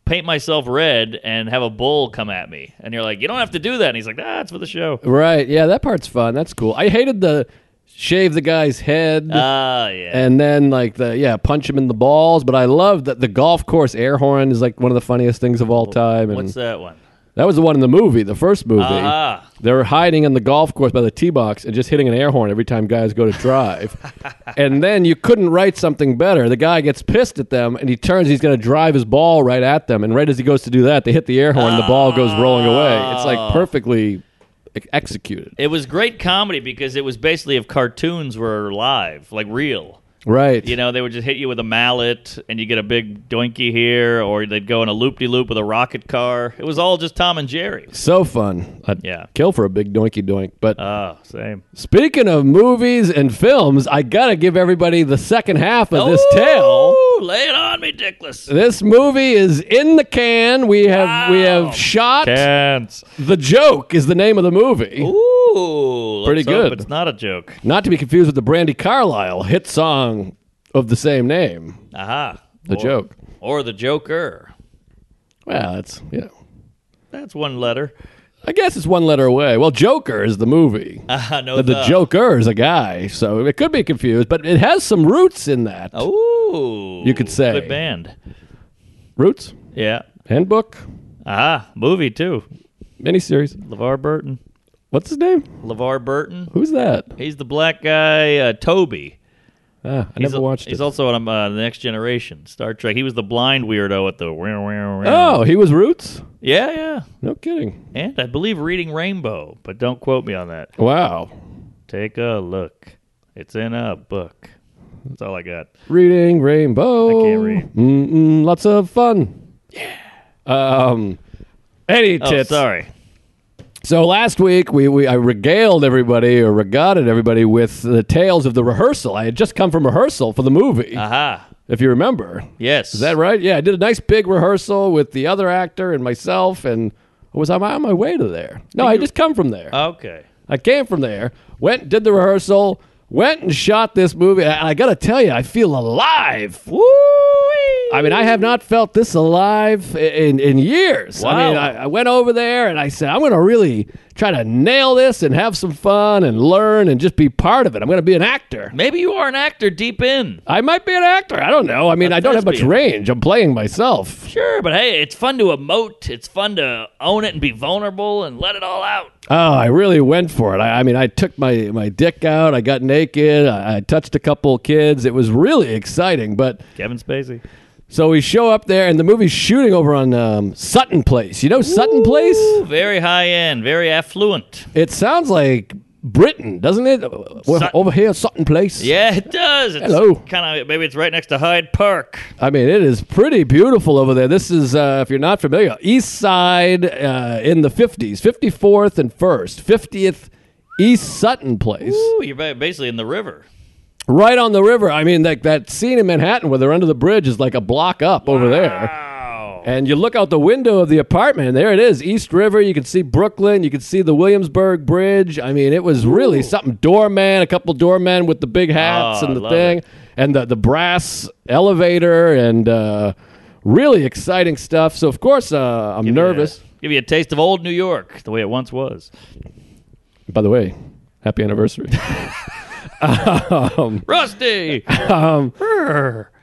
[SPEAKER 2] paint myself red and have a bull come at me. And you're like, you don't have to do that. And he's like, ah, it's for the show.
[SPEAKER 1] Right. Yeah, that part's fun. That's cool. I hated the shave the guy's head
[SPEAKER 2] Ah, yeah.
[SPEAKER 1] and then like the yeah, punch him in the balls, but I love that the golf course air horn is like one of the funniest things of all time. And
[SPEAKER 2] What's that one?
[SPEAKER 1] that was the one in the movie, the first movie.
[SPEAKER 2] Ah,
[SPEAKER 1] They're hiding in the golf course by the tee box and just hitting an air horn every time guys go to drive. and then you couldn't write something better. The guy gets pissed at them and he turns, he's going to drive his ball right at them. And right as he goes to do that, they hit the air horn, the ball goes rolling away. It's like perfectly e- executed.
[SPEAKER 2] it was great comedy because it was basically if cartoons were live, like real.
[SPEAKER 1] Right.
[SPEAKER 2] You know, they would just hit you with a mallet and you get a big doinky here, or they'd go in a loop de loop with a rocket car. It was all just Tom and Jerry.
[SPEAKER 1] so fun. I'd
[SPEAKER 2] Yeah.
[SPEAKER 1] kill for a big doinky doink. But
[SPEAKER 2] Oh, same.
[SPEAKER 1] speaking of movies and films, I got to give everybody the second half of
[SPEAKER 2] Oh!
[SPEAKER 1] this tale.
[SPEAKER 2] Ooh, lay it on me, Dickless.
[SPEAKER 1] This movie is in the can. We have we
[SPEAKER 2] Wow.
[SPEAKER 1] have shot
[SPEAKER 2] Cans.
[SPEAKER 1] The Joke is the name of the movie.
[SPEAKER 2] Ooh,
[SPEAKER 1] Pretty
[SPEAKER 2] let's hope
[SPEAKER 1] good.
[SPEAKER 2] It's not a joke.
[SPEAKER 1] Not to be confused with the Brandy Carlisle hit song of the same name,
[SPEAKER 2] Aha.
[SPEAKER 1] The
[SPEAKER 2] Or-
[SPEAKER 1] Joke.
[SPEAKER 2] or the Joker.
[SPEAKER 1] Well, that's, you know,
[SPEAKER 2] That's one letter.
[SPEAKER 1] I guess it's one letter away. Well, Joker is the movie.
[SPEAKER 2] Ah, no,
[SPEAKER 1] But the Joker is a guy, so it could be confused, but it has some roots in that.
[SPEAKER 2] Oh. Ooh,
[SPEAKER 1] You could say.
[SPEAKER 2] good band.
[SPEAKER 1] Roots,
[SPEAKER 2] Yeah.
[SPEAKER 1] handbook,
[SPEAKER 2] Aha, movie too.
[SPEAKER 1] miniseries.
[SPEAKER 2] LeVar Burton.
[SPEAKER 1] What's his name?
[SPEAKER 2] LeVar Burton.
[SPEAKER 1] Who's that?
[SPEAKER 2] He's the black guy, uh, Toby.
[SPEAKER 1] Ah, I
[SPEAKER 2] He's
[SPEAKER 1] never
[SPEAKER 2] al-
[SPEAKER 1] watched
[SPEAKER 2] He's
[SPEAKER 1] it.
[SPEAKER 2] also on um, uh, the Next Generation, Star Trek. He was the blind weirdo at the. wow, wow, wow.
[SPEAKER 1] Oh, he was Roots?
[SPEAKER 2] yeah, yeah.
[SPEAKER 1] No kidding.
[SPEAKER 2] And I believe Reading Rainbow, but don't quote me on that.
[SPEAKER 1] Wow.
[SPEAKER 2] Take a look. It's in a book. That's all I got.
[SPEAKER 1] Reading Rainbow.
[SPEAKER 2] I can't read.
[SPEAKER 1] Mm-mm, lots of fun. Yeah. Um, any
[SPEAKER 2] Oh,
[SPEAKER 1] tits.
[SPEAKER 2] sorry.
[SPEAKER 1] So last week we, we I regaled everybody or regated everybody with the tales of the rehearsal. I had just come from rehearsal for the movie,
[SPEAKER 2] Aha.
[SPEAKER 1] if you remember.
[SPEAKER 2] Yes.
[SPEAKER 1] Is that right? Yeah, I did a nice big rehearsal with the other actor and myself, and was I on my way to there? No, I just come from there.
[SPEAKER 2] Okay.
[SPEAKER 1] I came from there, went and did the rehearsal, went and shot this movie. And I got to tell you, I feel alive. Woo! I mean, I have not felt this alive i- in, in years. I mean,
[SPEAKER 2] Wow.
[SPEAKER 1] I, I went over there and I said, I'm going to really try to nail this and have some fun and learn and just be part of it. I'm going to be an actor.
[SPEAKER 2] Maybe you are an actor deep in.
[SPEAKER 1] I might be an actor. I don't know. I mean, I don't have much
[SPEAKER 2] Frisbee.
[SPEAKER 1] range. I'm playing myself.
[SPEAKER 2] Sure, but hey, it's fun to emote. It's fun to own it and be vulnerable and let it all out.
[SPEAKER 1] Oh, I really went for it. I, I mean, I took my, my dick out. I got naked. I, I touched a couple kids. It was really exciting. But
[SPEAKER 2] Kevin Spacey.
[SPEAKER 1] so we show up there, and the movie's shooting over on um, Sutton Place. You know Sutton Place?
[SPEAKER 2] Very high end, very affluent.
[SPEAKER 1] It sounds like Britain, doesn't it? Well,
[SPEAKER 2] Sut-
[SPEAKER 1] over here, Sutton Place.
[SPEAKER 2] Yeah, it does. It's
[SPEAKER 1] Hello.
[SPEAKER 2] Kind of. Maybe it's right next to Hyde Park.
[SPEAKER 1] I mean, it is pretty beautiful over there. This is, uh, if you're not familiar, East Side uh, in the 50s, 54th and 1st, 50th East Sutton Place.
[SPEAKER 2] Ooh, you're ba- basically in the river.
[SPEAKER 1] right on the river. I mean, that that scene in Manhattan where they're under the bridge is like a block up over there.
[SPEAKER 2] Wow.
[SPEAKER 1] And you look out the window of the apartment, and there it is, East River. You can see Brooklyn. You can see the Williamsburg Bridge. I mean, it was really something. Doorman, a couple doormen with the big hats
[SPEAKER 2] Oh,
[SPEAKER 1] and
[SPEAKER 2] I
[SPEAKER 1] the
[SPEAKER 2] love
[SPEAKER 1] thing, and the, the brass elevator, and uh, really exciting stuff. So, of course, uh, I'm nervous.
[SPEAKER 2] Yeah. Give you a taste of old New York, the way it once was.
[SPEAKER 1] By the way, happy anniversary.
[SPEAKER 2] Rusty.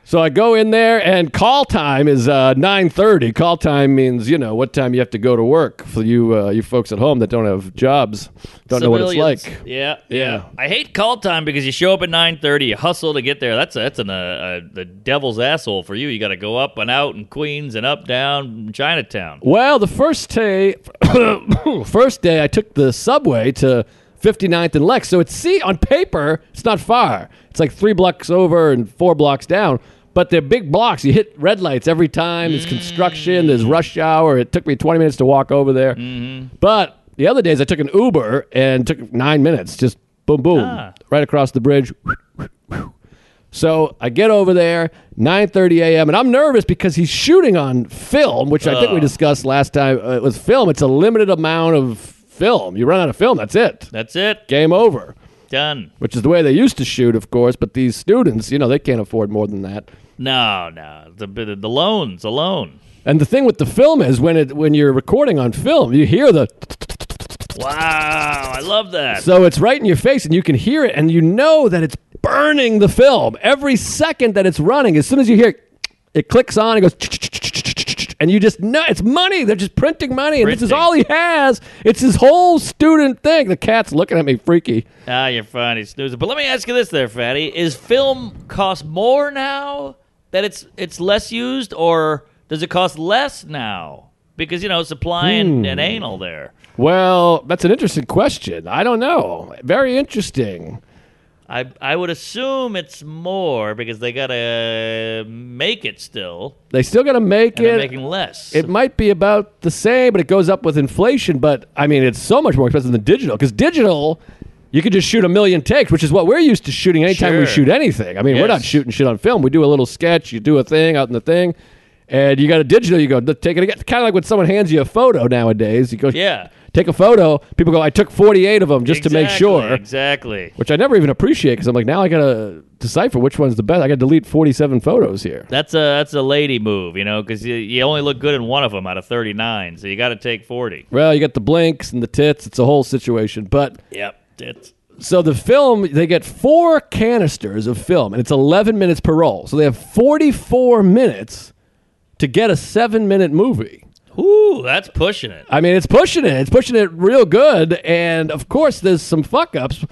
[SPEAKER 1] So I go in there, and call time is uh, nine thirty. Call time means you know what time you have to go to work for you uh, you folks at home that don't have jobs, don't know what it's
[SPEAKER 2] Civilians.
[SPEAKER 1] like.
[SPEAKER 2] Yeah,
[SPEAKER 1] Yeah.
[SPEAKER 2] I hate call time because you show up at nine thirty, you hustle to get there. That's a, that's an, uh, uh, the devil's asshole for you. You got to go up and out in Queens and up down Chinatown.
[SPEAKER 1] Well, the first day, first day, I took the subway to 59th and Lex. So it's see on paper, it's not far. It's like three blocks over and four blocks down. But they're big blocks. You hit red lights every time. There's construction. There's rush hour. It took me 20 minutes to walk over there. But the other days, I took an Uber and took nine minutes. Just boom, boom,
[SPEAKER 2] Ah.
[SPEAKER 1] right across the bridge. So I get over there, 9:30 a.m., and I'm nervous because he's shooting on film, which I think we discussed last time. Uh, with film, it's a limited amount of film. You run out of film, that's it.
[SPEAKER 2] That's it.
[SPEAKER 1] Game over.
[SPEAKER 2] Done.
[SPEAKER 1] Which is the way they used to shoot, of course. But these students, you know, they can't afford more than that.
[SPEAKER 2] No, no. The the, the loans alone.
[SPEAKER 1] And the thing with the film is when it when you're recording on film, you hear the
[SPEAKER 2] Wow, I love that.
[SPEAKER 1] so it's right in your face and you can hear it and you know that it's burning the film every second that it's running. As soon as you hear it, it clicks on, it goes and you just know it's money. They're just printing money and this is
[SPEAKER 2] Printing.
[SPEAKER 1] all he has. It's his whole student thing. The cat's looking at me freaky.
[SPEAKER 2] ah, you're funny, snoozer. But let me ask you this, there, Fatty: Is film cost more now that it's it's less used, or does it cost less now because you know supply
[SPEAKER 1] Hmm.
[SPEAKER 2] and, and anal there?
[SPEAKER 1] Well, that's an interesting question. I don't know. Very interesting.
[SPEAKER 2] I I would assume it's more because they gotta make it still,
[SPEAKER 1] They still got to make
[SPEAKER 2] and they're
[SPEAKER 1] it.
[SPEAKER 2] making less.
[SPEAKER 1] It might be about the same, but it goes up with inflation. But I mean, it's so much more expensive than digital because digital, you could just shoot a million takes, which is what we're used to shooting anytime we
[SPEAKER 2] Sure.
[SPEAKER 1] shoot anything. I mean, we're
[SPEAKER 2] Yes.
[SPEAKER 1] not shooting shit on film. We do a little sketch, you do a thing out in the thing, and you got a digital, you go, "Look, take it again. Kind of like when someone hands you a photo nowadays. You go,
[SPEAKER 2] yeah,
[SPEAKER 1] take a photo. People go, I took 48 of them just to make
[SPEAKER 2] Exactly,
[SPEAKER 1] sure.
[SPEAKER 2] Exactly.
[SPEAKER 1] Which I never even appreciate because I'm like, now I got to decipher which one's the best. I got to delete 47 photos here.
[SPEAKER 2] That's a that's a lady move, you know, because you, you only look good in one of them out of thirty nine, so you got to take forty.
[SPEAKER 1] Well, you got the blinks and the tits. It's a whole situation. But
[SPEAKER 2] Yep, it's
[SPEAKER 1] so the film, they get four canisters of film, and it's 11 minutes per roll. So they have 44 minutes to get a seven minute movie.
[SPEAKER 2] ooh, that's pushing it.
[SPEAKER 1] I mean, it's pushing it. It's pushing it real good. And of course, there's some fuck ups.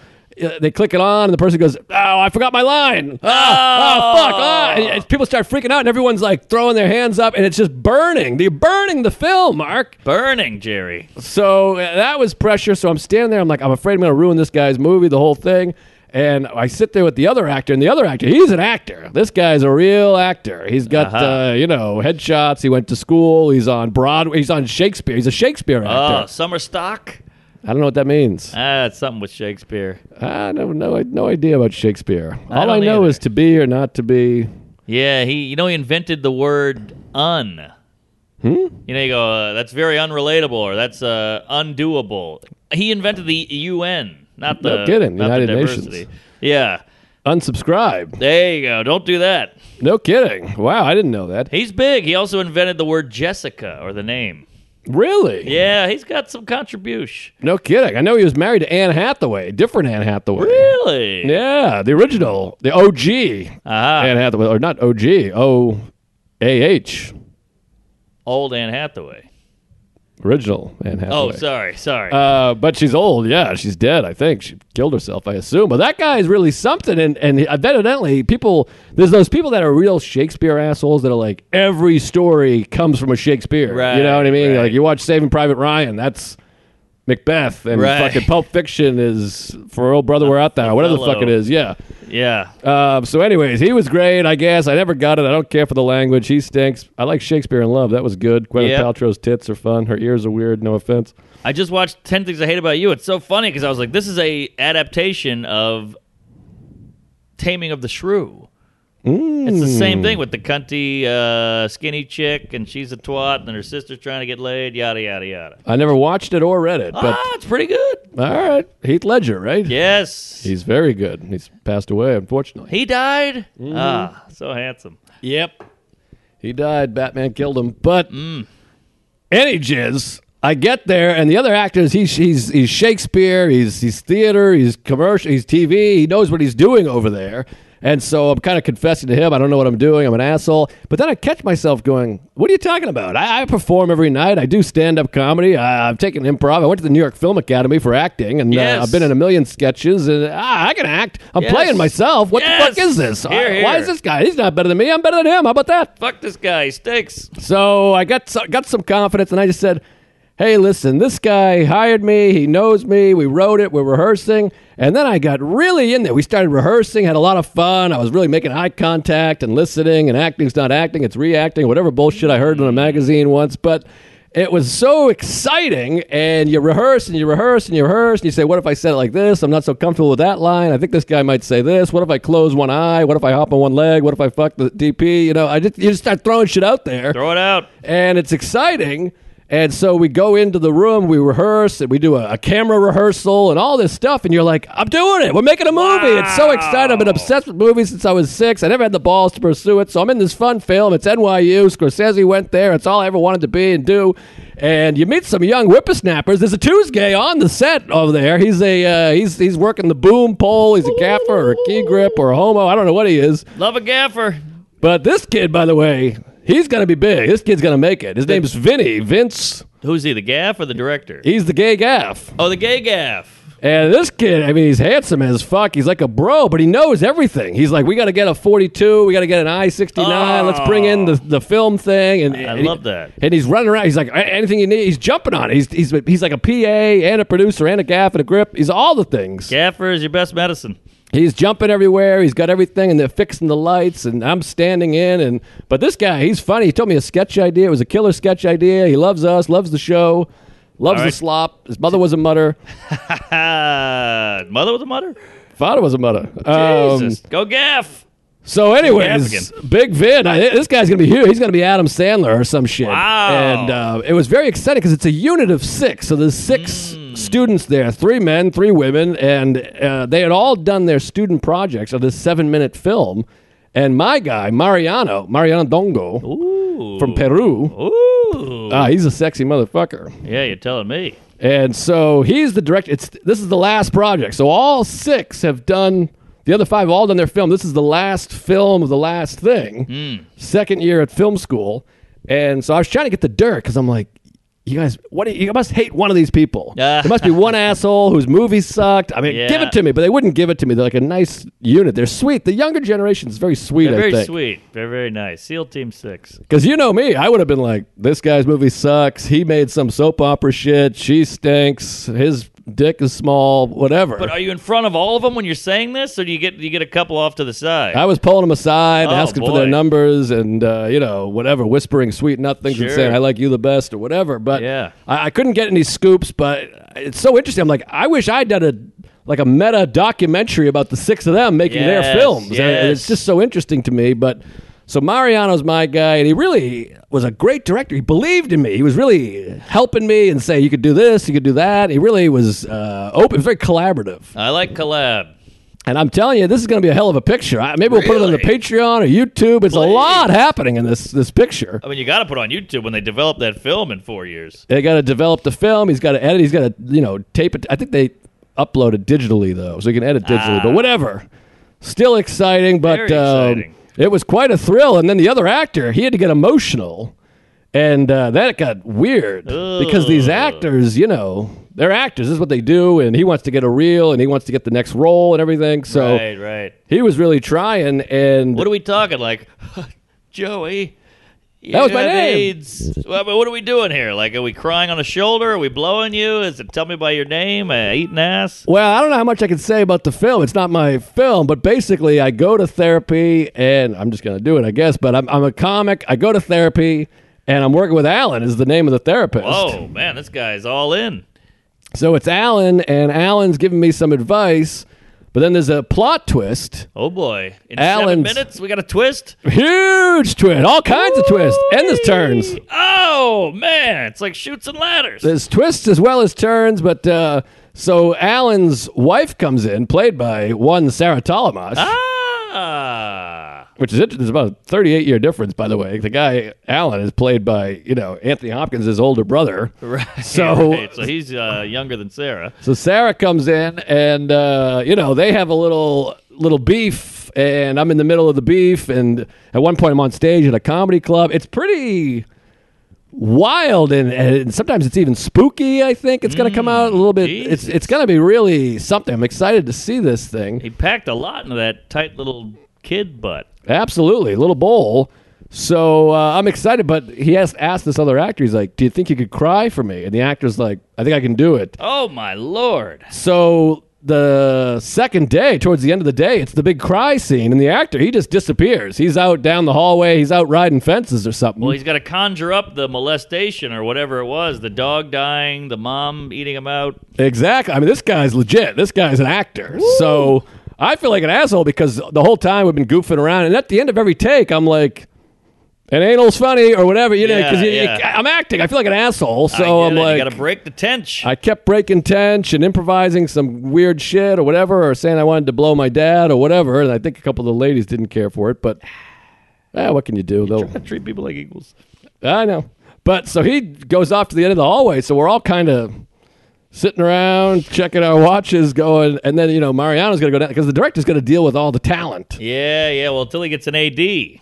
[SPEAKER 1] Uh, They click it on, and the person goes, "Oh, I forgot my line! Ah, ah, fuck!" Ah. And- and people start freaking out, and everyone's like throwing their hands up, and it's just burning. You're burning the film, Mark.
[SPEAKER 2] Burning, Jerry.
[SPEAKER 1] So uh, that was pressure. So I'm standing there. I'm like, I'm afraid I'm going to ruin this guy's movie, the whole thing. And I sit there with the other actor, and the other actor, he's an actor. This guy's a real actor. He's got, uh
[SPEAKER 2] Uh-huh.
[SPEAKER 1] you know, headshots. He went to school. He's on Broadway. He's on Shakespeare. He's a Shakespeare
[SPEAKER 2] Oh,
[SPEAKER 1] actor.
[SPEAKER 2] summer stock.
[SPEAKER 1] I don't know what that means.
[SPEAKER 2] Ah, it's something with Shakespeare.
[SPEAKER 1] I don't know. I no idea about Shakespeare. All I
[SPEAKER 2] Uh, don't
[SPEAKER 1] know
[SPEAKER 2] either.
[SPEAKER 1] is to be or not to be.
[SPEAKER 2] Yeah, he you know he invented the word un. Hmm? You know, you go uh, that's very unrelatable or that's uh, undoable. He invented the UN, not the
[SPEAKER 1] No kidding,
[SPEAKER 2] not
[SPEAKER 1] United
[SPEAKER 2] the
[SPEAKER 1] Nations.
[SPEAKER 2] diversity. Yeah,
[SPEAKER 1] Unsubscribe.
[SPEAKER 2] there you go. Don't do that.
[SPEAKER 1] No kidding. Wow, I didn't know that.
[SPEAKER 2] He's big. He also invented the word Jessica or the name.
[SPEAKER 1] Really?
[SPEAKER 2] Yeah, he's got some contribution.
[SPEAKER 1] No kidding. I know he was married to Anne Hathaway, different Anne Hathaway.
[SPEAKER 2] Really?
[SPEAKER 1] Yeah, the original, the OG
[SPEAKER 2] Uh-huh.
[SPEAKER 1] Anne Hathaway, or not OG, O A H,
[SPEAKER 2] Old Anne Hathaway.
[SPEAKER 1] original Anne
[SPEAKER 2] Oh,
[SPEAKER 1] Hathaway.
[SPEAKER 2] sorry, sorry.
[SPEAKER 1] Uh, but she's old. Yeah, she's dead. I think she killed herself. I assume. But that guy is really something. And and evidently, people there's those people that are real Shakespeare assholes that are like every story comes from a Shakespeare. You know what I
[SPEAKER 2] Right,
[SPEAKER 1] mean?
[SPEAKER 2] right.
[SPEAKER 1] Like you watch Saving Private Ryan. That's Macbeth and
[SPEAKER 2] Right.
[SPEAKER 1] fucking Pulp Fiction is for old brother we're out there. Whatever the fuck it
[SPEAKER 2] Othello.
[SPEAKER 1] is. Yeah.
[SPEAKER 2] yeah.
[SPEAKER 1] Um, so, anyways, he was great. I guess I never got it. I don't care for the language. He stinks. I like Shakespeare in Love. That was good. Gwyneth
[SPEAKER 2] Yep.
[SPEAKER 1] Paltrow's tits are fun. Her ears are weird. No offense.
[SPEAKER 2] I just watched 10 Things I Hate About You. It's so funny because I was like, this is a adaptation of Taming of the Shrew. It's the same
[SPEAKER 1] Mm.
[SPEAKER 2] thing with the cunty uh, skinny chick, and she's a twat, and her sister's trying to get laid, yada, yada, yada.
[SPEAKER 1] I never watched it or read it, but
[SPEAKER 2] ah, it's pretty good.
[SPEAKER 1] all right, Heath Ledger, right?
[SPEAKER 2] Yes.
[SPEAKER 1] He's very good. He's passed away, unfortunately.
[SPEAKER 2] he died?
[SPEAKER 1] Mm.
[SPEAKER 2] Ah, so handsome.
[SPEAKER 1] Yep. He died. Batman killed him. But any jizz, I get there, and the other actors, he's he's he's Shakespeare, he's he's theater, he's commercial, he's TV. He knows what he's doing over there. And so I'm kind of confessing to him, I don't know what I'm doing. I'm an asshole. But then I catch myself going, What are you talking about? I, I perform every night. I do stand up comedy. I, I've taken improv. I went to the New York Film Academy for acting, and uh,
[SPEAKER 2] Yes.
[SPEAKER 1] I've been in a million sketches. And ah, I can act. I'm
[SPEAKER 2] Yes.
[SPEAKER 1] playing myself. What the
[SPEAKER 2] Yes.
[SPEAKER 1] fuck is this?
[SPEAKER 2] Here,
[SPEAKER 1] I- Why
[SPEAKER 2] here.
[SPEAKER 1] is this guy? He's not better than me. I'm better than him. How about that?
[SPEAKER 2] Fuck this guy. He stinks.
[SPEAKER 1] So I got so, got some confidence, and I just said, "Hey, listen, this guy hired me. He knows me. We wrote it. We're rehearsing." And then I got really in there. We started rehearsing, had a lot of fun. I was really making eye contact and listening. And acting's not acting; it's reacting. Whatever bullshit I heard in a magazine once, but. It was so exciting, and you rehearse and you rehearse and you rehearse, and you say, What if I said it like this? I'm not so comfortable with that line. I think this guy might say this. What if I close one eye? What if I hop on one leg? What if I fuck the DP? You know, I just, you just start throwing shit out there
[SPEAKER 2] Throw it out.
[SPEAKER 1] and it's exciting. And so we go into the room, we rehearse, and we do a, a camera rehearsal and all this stuff. And you're like, I'm doing it. We're making a movie. It's so exciting. I've been obsessed with movies since I was six. I never had the balls to pursue it. So I'm in this fun film. It's NYU. Scorsese went there. It's all I ever wanted to be and do. And you meet some young whippersnappers. There's a Tuesday on the set over there. He's a uh, he's he's working the boom pole. He's a gaffer or a key grip or a homo. I don't know what he is.
[SPEAKER 2] Love a gaffer.
[SPEAKER 1] But this kid, by the way, he's gonna be big. This kid's gonna make it. His name's Vinny. Vince.
[SPEAKER 2] Who's he, the gaff or the director?
[SPEAKER 1] He's the gay gaff.
[SPEAKER 2] Oh, the gay gaff.
[SPEAKER 1] And this kid, I mean, he's handsome as fuck. He's like a bro, but he knows everything. He's like, we got to get a 42, we got to get an I 69, let's bring in the, the film thing. And
[SPEAKER 2] Oh. I love that.
[SPEAKER 1] And he's running around. He's like, "A- anything you need, he's jumping on it. He's, he's, he's like a PA and a producer and a gaff and a grip. He's all the things.
[SPEAKER 2] Gaffer is your best medicine.
[SPEAKER 1] He's jumping everywhere. He's got everything, and they're fixing the lights. And I'm standing in, and but this guy, he's funny. He told me a sketch idea. It was a killer sketch idea. He loves us, loves the show, loves the
[SPEAKER 2] right.
[SPEAKER 1] slop. His mother was a mutter.
[SPEAKER 2] Ah, mother with a mutter?
[SPEAKER 1] Father was a mutter.
[SPEAKER 2] Jesus.
[SPEAKER 1] Um,
[SPEAKER 2] Go gaff.
[SPEAKER 1] So, anyways,
[SPEAKER 2] Gavigan.
[SPEAKER 1] Big Vin, I, this guy's gonna be huge. He's gonna be Adam Sandler or some shit.
[SPEAKER 2] Wow.
[SPEAKER 1] And uh, it was very exciting because it's a unit of six. So there's six
[SPEAKER 2] Hmm.
[SPEAKER 1] students there, three men, three women, and uh, they had all done their student projects of this seven-minute film. And my guy, Mariano, Mariano Dongo
[SPEAKER 2] Ooh.
[SPEAKER 1] from Peru,
[SPEAKER 2] Ooh.
[SPEAKER 1] ah, he's a sexy motherfucker.
[SPEAKER 2] yeah, you're telling me.
[SPEAKER 1] And so he's the director. It's this is the last project. So all six have done. The other five have all done their film. This is the last film of the last thing.
[SPEAKER 2] Hmm.
[SPEAKER 1] Second year at film school, and so I was trying to get the dirt because I'm like, you guys, what? do You, you must hate one of these people.
[SPEAKER 2] Ah.
[SPEAKER 1] there must be one asshole whose movie sucked. I mean,
[SPEAKER 2] Yeah.
[SPEAKER 1] give it to me, but they wouldn't give it to me. They're like a nice unit. They're sweet. The younger generation is very sweet.
[SPEAKER 2] They're
[SPEAKER 1] I
[SPEAKER 2] very
[SPEAKER 1] think.
[SPEAKER 2] sweet. They're very nice. SEAL Team 6.
[SPEAKER 1] Because you know me, I would have been like, this guy's movie sucks. He made some soap opera shit. She stinks. His dick is small, whatever.
[SPEAKER 2] But are you in front of all of them when you're saying this, or do you get you get a couple off to the side?
[SPEAKER 1] I was pulling them aside,
[SPEAKER 2] Oh,
[SPEAKER 1] asking for their
[SPEAKER 2] boy.
[SPEAKER 1] numbers and, uh, you know, whatever, whispering sweet nothings and
[SPEAKER 2] Sure.
[SPEAKER 1] saying, I like you the best or whatever. But
[SPEAKER 2] Yeah.
[SPEAKER 1] I, I couldn't get any scoops, but it's so interesting. I'm like, I wish I'd done a. Like a meta documentary about the six of them making their
[SPEAKER 2] Yes,
[SPEAKER 1] films. And
[SPEAKER 2] yes.
[SPEAKER 1] it's just so interesting to me. But so Mariano's my guy, and he really was a great director. He believed in me. He was really helping me and saying, you could do this, you could do that. He really was uh, open, very collaborative.
[SPEAKER 2] I like collab.
[SPEAKER 1] And I'm telling you, this is going to be a hell of a picture. I, maybe we'll put it on the
[SPEAKER 2] Really?
[SPEAKER 1] Patreon or YouTube. It's a
[SPEAKER 2] Please.
[SPEAKER 1] lot happening in this this picture.
[SPEAKER 2] I mean, you got to put on YouTube when they develop that film in four years.
[SPEAKER 1] They got to develop the film. He's got to edit. He's got to you know tape it. I think they upload it digitally though, so you can edit digitally. But whatever, still exciting. But
[SPEAKER 2] Ah. Very
[SPEAKER 1] um,
[SPEAKER 2] exciting.
[SPEAKER 1] it was quite a thrill. And then the other actor, he had to get emotional, and uh, that got weird because these actors, you know, they're actors. This is what they do, and he wants to get a reel, and he wants to get the next role and everything. So.
[SPEAKER 2] Right, right.
[SPEAKER 1] He was really trying, and
[SPEAKER 2] What are we talking like, Joey? You
[SPEAKER 1] That was my
[SPEAKER 2] have
[SPEAKER 1] name.
[SPEAKER 2] AIDS. Well, but what are we doing here? Like, are we crying on a shoulder? Are we blowing you? Is it tell me by your name? Uh, eating ass?
[SPEAKER 1] Well, I don't know how much I can say about the film. It's not my film, but basically, I go to therapy, and I'm just going to do it, I guess. But I'm, I'm a comic. I go to therapy, and I'm working with Alan. Is the name of the therapist?
[SPEAKER 2] Oh man, this guy's all in.
[SPEAKER 1] So it's Alan, and Alan's giving me some advice. But then there's a plot twist,
[SPEAKER 2] Oh boy, in seven
[SPEAKER 1] Alan's-
[SPEAKER 2] minutes we got a twist.
[SPEAKER 1] huge twist, all kinds of twists, and there's turns.
[SPEAKER 2] Oh man, it's like shoots and ladders.
[SPEAKER 1] There's twists as well as turns. But uh, so Alan's wife comes in, played by one Sarah Talamas.
[SPEAKER 2] ah,
[SPEAKER 1] which is interesting. There's about a 38 year difference, by the way. The guy Alan is played by you know Anthony Hopkins' his older brother.
[SPEAKER 2] right.
[SPEAKER 1] So-
[SPEAKER 2] right. so he's uh, younger than Sarah.
[SPEAKER 1] So Sarah comes in, and uh, you know they have a little little beef, and I'm in the middle of the beef, and at one point I'm on stage at a comedy club. It's pretty wild and, and sometimes it's even spooky i think it's going to come out a little bit
[SPEAKER 2] Mm,
[SPEAKER 1] it's it's going to be really something i'm excited to see this thing
[SPEAKER 2] He packed a lot into that tight little kid butt.
[SPEAKER 1] Absolutely, a little bowl. So uh, I'm excited, but he asked, asked this other actor. He's like, "Do you think you could cry for me?" And the actor's like, "I think I can do it."
[SPEAKER 2] Oh my lord.
[SPEAKER 1] So the second day, towards the end of the day, it's the big cry scene, and the actor he just disappears. He's out down the hallway. He's out riding fences or something.
[SPEAKER 2] Well, he's got to conjure up the molestation or whatever it was the dog dying, the mom eating him out.
[SPEAKER 1] Exactly. I mean, this guy's legit. This guy's an actor. So I feel like an asshole because the whole time we've been goofing around, and at the end of every take, I'm like, and anal's funny or whatever, you know,
[SPEAKER 2] Yeah,
[SPEAKER 1] because
[SPEAKER 2] yeah.
[SPEAKER 1] I'm acting. I feel like an asshole. So
[SPEAKER 2] I get
[SPEAKER 1] I'm
[SPEAKER 2] it.
[SPEAKER 1] like,
[SPEAKER 2] you got to break the tension.
[SPEAKER 1] I kept breaking tench and improvising some weird shit or whatever, or saying I wanted to blow my dad or whatever. And I think a couple of the ladies didn't care for it, but eh, what can you do? Though
[SPEAKER 2] treat people like equals.
[SPEAKER 1] I know. But so he goes off to the end of the hallway, so we're all kind of sitting around checking our watches, going, and then you know Mariano's going to go down because the director's going to deal with all the talent.
[SPEAKER 2] Yeah, yeah. Well, until he gets an AD.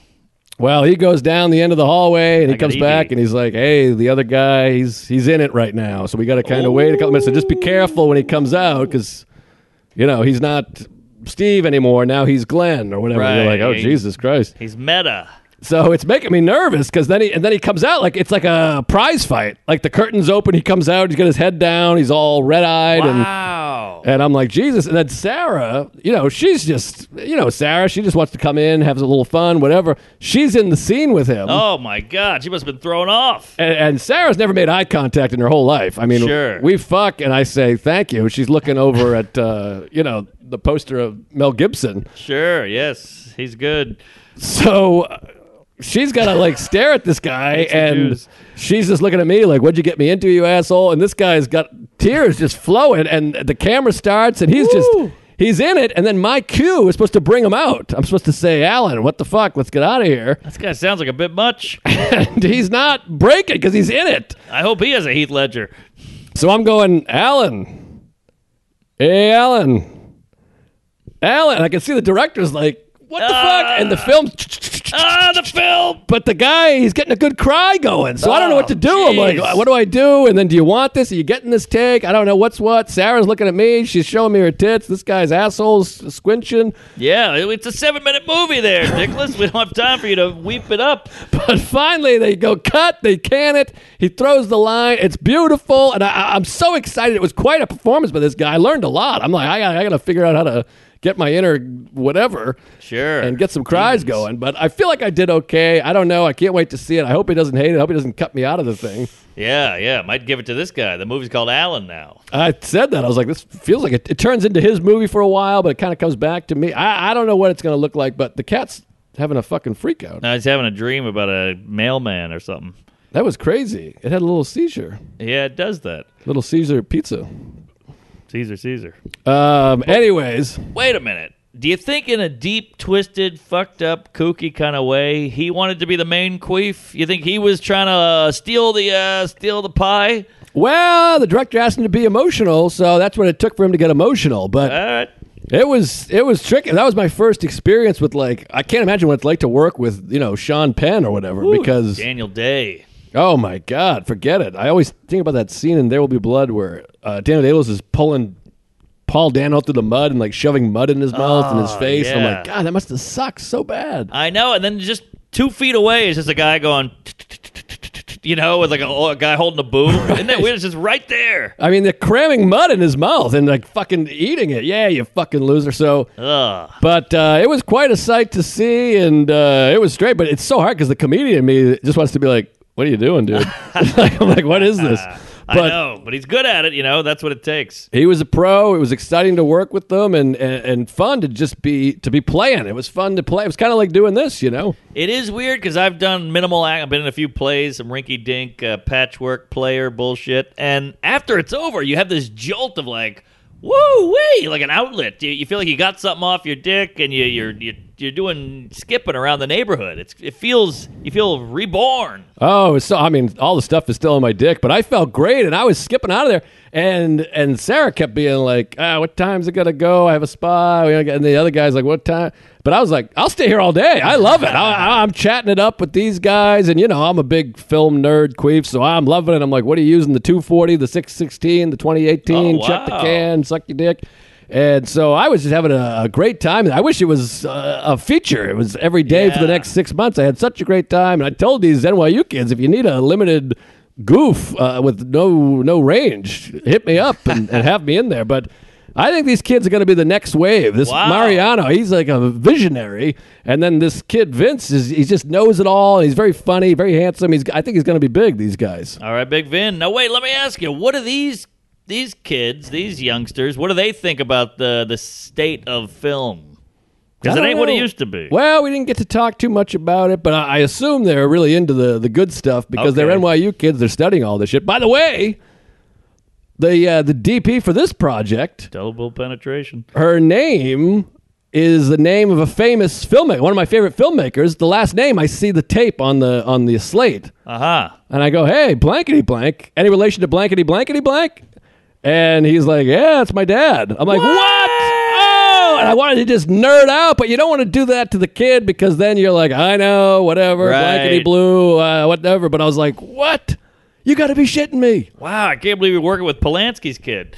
[SPEAKER 1] Well, he goes down the end of the hallway and he
[SPEAKER 2] I got
[SPEAKER 1] comes
[SPEAKER 2] ED.
[SPEAKER 1] back and he's like, "Hey, the other guy, he's he's in it right now, so we got to kind of wait a couple minutes. So just be careful when he comes out because, you know, he's not Steve anymore. Now he's Glenn or whatever." You're like,
[SPEAKER 2] Right.
[SPEAKER 1] "Oh, Jesus Christ!"
[SPEAKER 2] He's meta.
[SPEAKER 1] So it's making me nervous because then he and then he comes out like it's like a prize fight. Like the curtains open, he comes out, he's got his head down, he's all red eyed and.
[SPEAKER 2] Wow.
[SPEAKER 1] And I'm like, Jesus. And then Sarah, you know, she's just, you know, Sarah, she just wants to come in, have a little fun, whatever. She's in the scene with him.
[SPEAKER 2] Oh my God. She must have been thrown off.
[SPEAKER 1] And, and Sarah's never made eye contact in her whole life. I mean,
[SPEAKER 2] Sure.
[SPEAKER 1] we fuck, and I say thank you. She's looking over at uh, you know the poster of Mel Gibson,
[SPEAKER 2] Sure. Yes. He's good.
[SPEAKER 1] so uh, she's gotta like stare at this guy,
[SPEAKER 2] the
[SPEAKER 1] and
[SPEAKER 2] juice.
[SPEAKER 1] she's just looking at me like, "What'd you get me into, you asshole?" And this guy's got tears just flowing, and the camera starts, and he's
[SPEAKER 2] Woo.
[SPEAKER 1] just. He's in it, and then my cue is supposed to bring him out. I'm supposed to say, "Alan, what the fuck? Let's get out of here."
[SPEAKER 2] This guy sounds like a bit much.
[SPEAKER 1] And he's not breaking because he's in it.
[SPEAKER 2] I hope he has a Heath Ledger.
[SPEAKER 1] So I'm going, Alan. Hey, Alan. Alan. I can see the director's like, what the fuck? And the film.
[SPEAKER 2] Ah, the film.
[SPEAKER 1] But the guy, he's getting a good cry going. So I don't know what to do. I'm like,
[SPEAKER 2] jeez.
[SPEAKER 1] what do I do? And then, do you want this? Are you getting this take? I don't know what's what. Sarah's looking at me. She's showing me her tits. This guy's asshole's squinching.
[SPEAKER 2] Yeah, it- it's a seven-minute movie there, Nicholas. we don't have time for you to weep it up.
[SPEAKER 1] But finally, they go cut. They can it. He throws the line. It's beautiful, and I- I, I'm so excited. It was quite a performance by this guy. I learned a lot. I'm like, I got, I got to figure out how to get my inner whatever
[SPEAKER 2] Sure.
[SPEAKER 1] and get some cries going. But I feel like I did okay. I don't know. I can't wait to see it. I hope he doesn't hate it. I hope he doesn't cut me out of the thing.
[SPEAKER 2] Yeah, yeah. Might give it to this guy. The movie's called Alan now.
[SPEAKER 1] I said that. I was like, this feels like it, it turns into his movie for a while, but it kind of comes back to me. I, I don't know what it's going to look like, but the cat's having a fucking freak out.
[SPEAKER 2] Now he's having a dream about a mailman or something.
[SPEAKER 1] That was crazy. It had a little seizure.
[SPEAKER 2] Yeah, it does that.
[SPEAKER 1] Little Caesar pizza.
[SPEAKER 2] Caesar, Caesar.
[SPEAKER 1] Um. Anyways,
[SPEAKER 2] Wait a minute. Do you think, in a deep, twisted, fucked up, kooky kind of way, he wanted to be the main queef? You think he was trying to uh, steal the uh, steal the pie?
[SPEAKER 1] well, the director asked him to be emotional, so that's what it took for him to get emotional. But
[SPEAKER 2] All right.
[SPEAKER 1] it was it was tricky. That was my first experience with like I can't imagine what it's like to work with you know Sean Penn or whatever because
[SPEAKER 2] Daniel Day.
[SPEAKER 1] oh my god, forget it. I always think about that scene in There Will Be Blood where uh, Daniel Day Lewis is pulling. Paul Dano through the mud and like shoving mud in his mouth and his face. And I'm
[SPEAKER 2] Oh, yeah.
[SPEAKER 1] like, God, that must have sucked so bad.
[SPEAKER 2] I know. And then just two feet away is just a guy going, you know, with like a, a guy holding a boom. Isn't that weird? It's just right there.
[SPEAKER 1] I mean, they're cramming mud in his mouth and like fucking eating it. Yeah, you fucking loser. So
[SPEAKER 2] Ugh.
[SPEAKER 1] But uh, it was quite a sight to see, and uh, it was straight. But it's so hard because the comedian in me just wants to be like, "What are you doing, dude?" like, I'm like, "What is this?"
[SPEAKER 2] I
[SPEAKER 1] But
[SPEAKER 2] know, but he's good at it. You know, that's what it takes.
[SPEAKER 1] he was a pro. It was exciting to work with them, and, and and fun to just be to be playing. It was fun to play. It was kind of like doing this, you know.
[SPEAKER 2] It is weird because I've done minimal act. I've been in a few plays, some rinky dink uh, patchwork player bullshit. And after it's over, you have this jolt of like, woo wee, like an outlet. You, you feel like you got something off your dick and you, you're, you're, you're doing skipping around the neighborhood. It's, it feels, you feel reborn.
[SPEAKER 1] Oh, so I mean, all the stuff is still in my dick, but I felt great, and I was skipping out of there. And and Sarah kept being like, ah, "What time's it gonna go? I have a spot." And the other guy's like, "What time?" But I was like, "I'll stay here all day. I love it. I, I- I'm chatting it up with these guys, and you know, I'm a big film nerd queef, so I'm loving it. I'm like, what are you using? The 240, the 616, the 2018?
[SPEAKER 2] Oh,
[SPEAKER 1] Check the
[SPEAKER 2] wow.
[SPEAKER 1] can, suck your dick." And so I was just having a, a great time. I wish it was uh, a feature. It was every day for the
[SPEAKER 2] Yeah.
[SPEAKER 1] next six months. I had such a great time, and I told these NYU kids, if you need a limited goof uh, with no no range, hit me up and, and have me in there. But I think these kids are going to be the next wave. This
[SPEAKER 2] Wow.
[SPEAKER 1] Mariano, he's like a visionary, and then this kid Vince is he just knows it all. And he's very funny, very handsome. He's I think he's going to be big. These guys.
[SPEAKER 2] All right, Big Vin. Now wait, let me ask you, what do these these kids, these youngsters, what do they think about the the state of film? Because
[SPEAKER 1] I
[SPEAKER 2] it
[SPEAKER 1] don't
[SPEAKER 2] ain't what it
[SPEAKER 1] know.
[SPEAKER 2] used to be.
[SPEAKER 1] Well, we didn't get to talk too much about it, but I, I assume they're really into the, the good stuff because they're
[SPEAKER 2] Okay.
[SPEAKER 1] NYU kids. They're studying all this shit. By the way, the uh, the DP for this project,
[SPEAKER 2] Double penetration.
[SPEAKER 1] her name is the name of a famous filmmaker, one of my favorite filmmakers. The last name I see the tape on the on the slate,
[SPEAKER 2] Aha. Uh-huh.
[SPEAKER 1] and I go, "Hey, blankety blank, any relation to blankety blankety blank?" And he's like, "Yeah, it's my dad." I'm like, "What?" Oh, and I wanted to just nerd out, but you don't want to do that to the kid because then you're like, I know, whatever, blankety
[SPEAKER 2] Right.
[SPEAKER 1] blue, uh, whatever. But I was like, what? You got to be shitting me.
[SPEAKER 2] Wow, I can't believe you're working with Polanski's kid.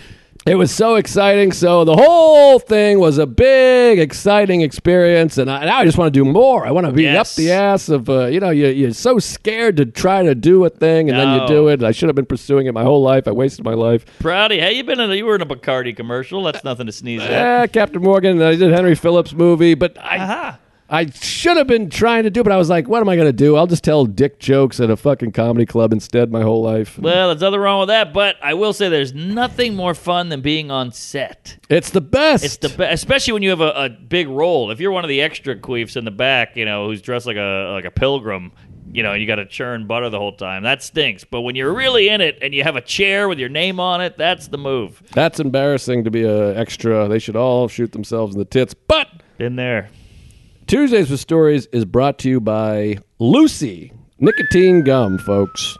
[SPEAKER 1] It was so exciting. So the whole thing was a big, exciting experience. And I, now I just want to do more. I want to be
[SPEAKER 2] Yes.
[SPEAKER 1] up the ass of, uh, you know, you, you're so scared to try to do a thing and then you
[SPEAKER 2] No.
[SPEAKER 1] do it. I should have been pursuing it my whole life. I wasted my life.
[SPEAKER 2] Proudy, hey, you been in a, you were in a Bacardi commercial. That's nothing to sneeze at.
[SPEAKER 1] Yeah, Eh, Captain Morgan. And I did Henry Phillips movie, but I
[SPEAKER 2] Aha.
[SPEAKER 1] I should have been trying to do, but I was like, what am I going to do? I'll just tell dick jokes at a fucking comedy club instead my whole life.
[SPEAKER 2] Well, there's nothing wrong with that, but I will say there's nothing more fun than being on set.
[SPEAKER 1] It's the best.
[SPEAKER 2] It's the best, especially when you have a, a big role. If you're one of the extra queefs in the back, you know, who's dressed like a like a pilgrim, you know, you got to churn butter the whole time. That stinks. But when you're really in it and you have a chair with your name on it, that's the move.
[SPEAKER 1] That's embarrassing to be a extra. They should all shoot themselves in the tits. But
[SPEAKER 2] Been there.
[SPEAKER 1] Tuesdays with Stories is brought to you by Lucy Nicotine Gum, folks.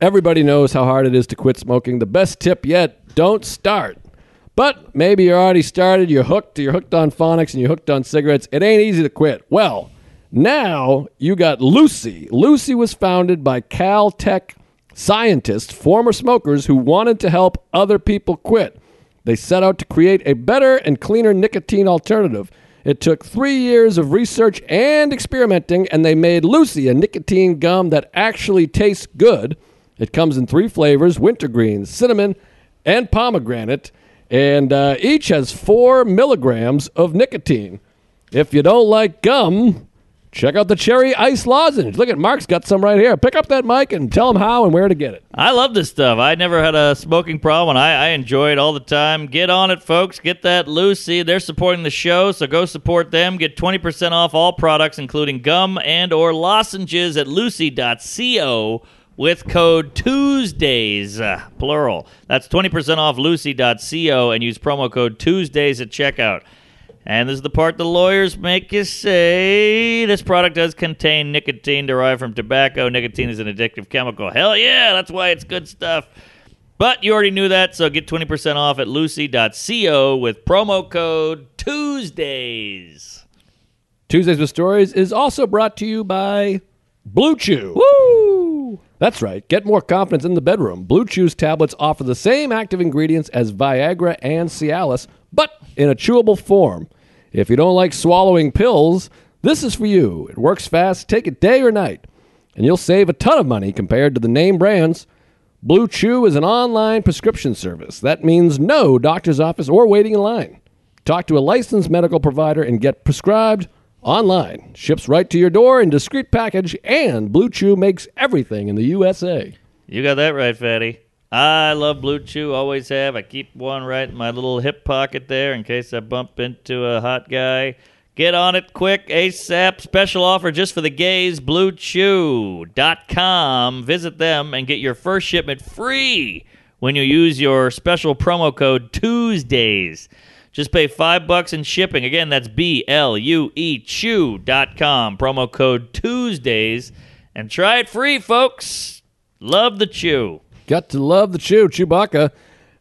[SPEAKER 1] Everybody knows how hard it is to quit smoking. The best tip yet don't start. But maybe you're already started, you're hooked, you're hooked on phonics, and you're hooked on cigarettes. It ain't easy to quit. Well, now you got Lucy. Lucy was founded by Caltech scientists, former smokers who wanted to help other people quit. They set out to create a better and cleaner nicotine alternative. It took three years of research and experimenting, and they made Lucy a nicotine gum that actually tastes good. It comes in three flavors wintergreen, cinnamon, and pomegranate, and uh, each has four milligrams of nicotine. If you don't like gum, check out the cherry ice lozenge. Look at Mark's got some right here. Pick up that mic and tell him how and where to get it.
[SPEAKER 2] I love this stuff. I never had a smoking problem. and I, I enjoy it all the time. Get on it, folks. Get that Lucy. They're supporting the show, so go support them. Get 20% off all products, including gum and or lozenges at lucy.co with code Tuesdays, uh, plural. That's 20% off lucy.co and use promo code Tuesdays at checkout. And this is the part the lawyers make you say. This product does contain nicotine derived from tobacco. Nicotine is an addictive chemical. Hell yeah, that's why it's good stuff. But you already knew that, so get 20% off at lucy.co with promo code Tuesdays.
[SPEAKER 1] Tuesdays with Stories is also brought to you by Blue Chew. Woo! That's right. Get more confidence in the bedroom. Blue Chew's tablets offer the same active ingredients as Viagra and Cialis, but in a chewable form. If you don't like swallowing pills, this is for you. It works fast. Take it day or night, and you'll save a ton of money compared to the name brands. Blue Chew is an online prescription service. That means no doctor's office or waiting in line. Talk to a licensed medical provider and get prescribed online. Ships right to your door in discreet package, and Blue Chew makes everything in the USA.
[SPEAKER 2] You got that right, Fatty. I love Blue Chew, always have. I keep one right in my little hip pocket there in case I bump into a hot guy. Get on it quick, ASAP. Special offer just for the gays, bluechew.com. Visit them and get your first shipment free when you use your special promo code Tuesdays. Just pay five bucks in shipping. Again, that's B L U E Chew.com. Promo code Tuesdays. And try it free, folks. Love the chew.
[SPEAKER 1] Got to love the Chew, Chewbacca.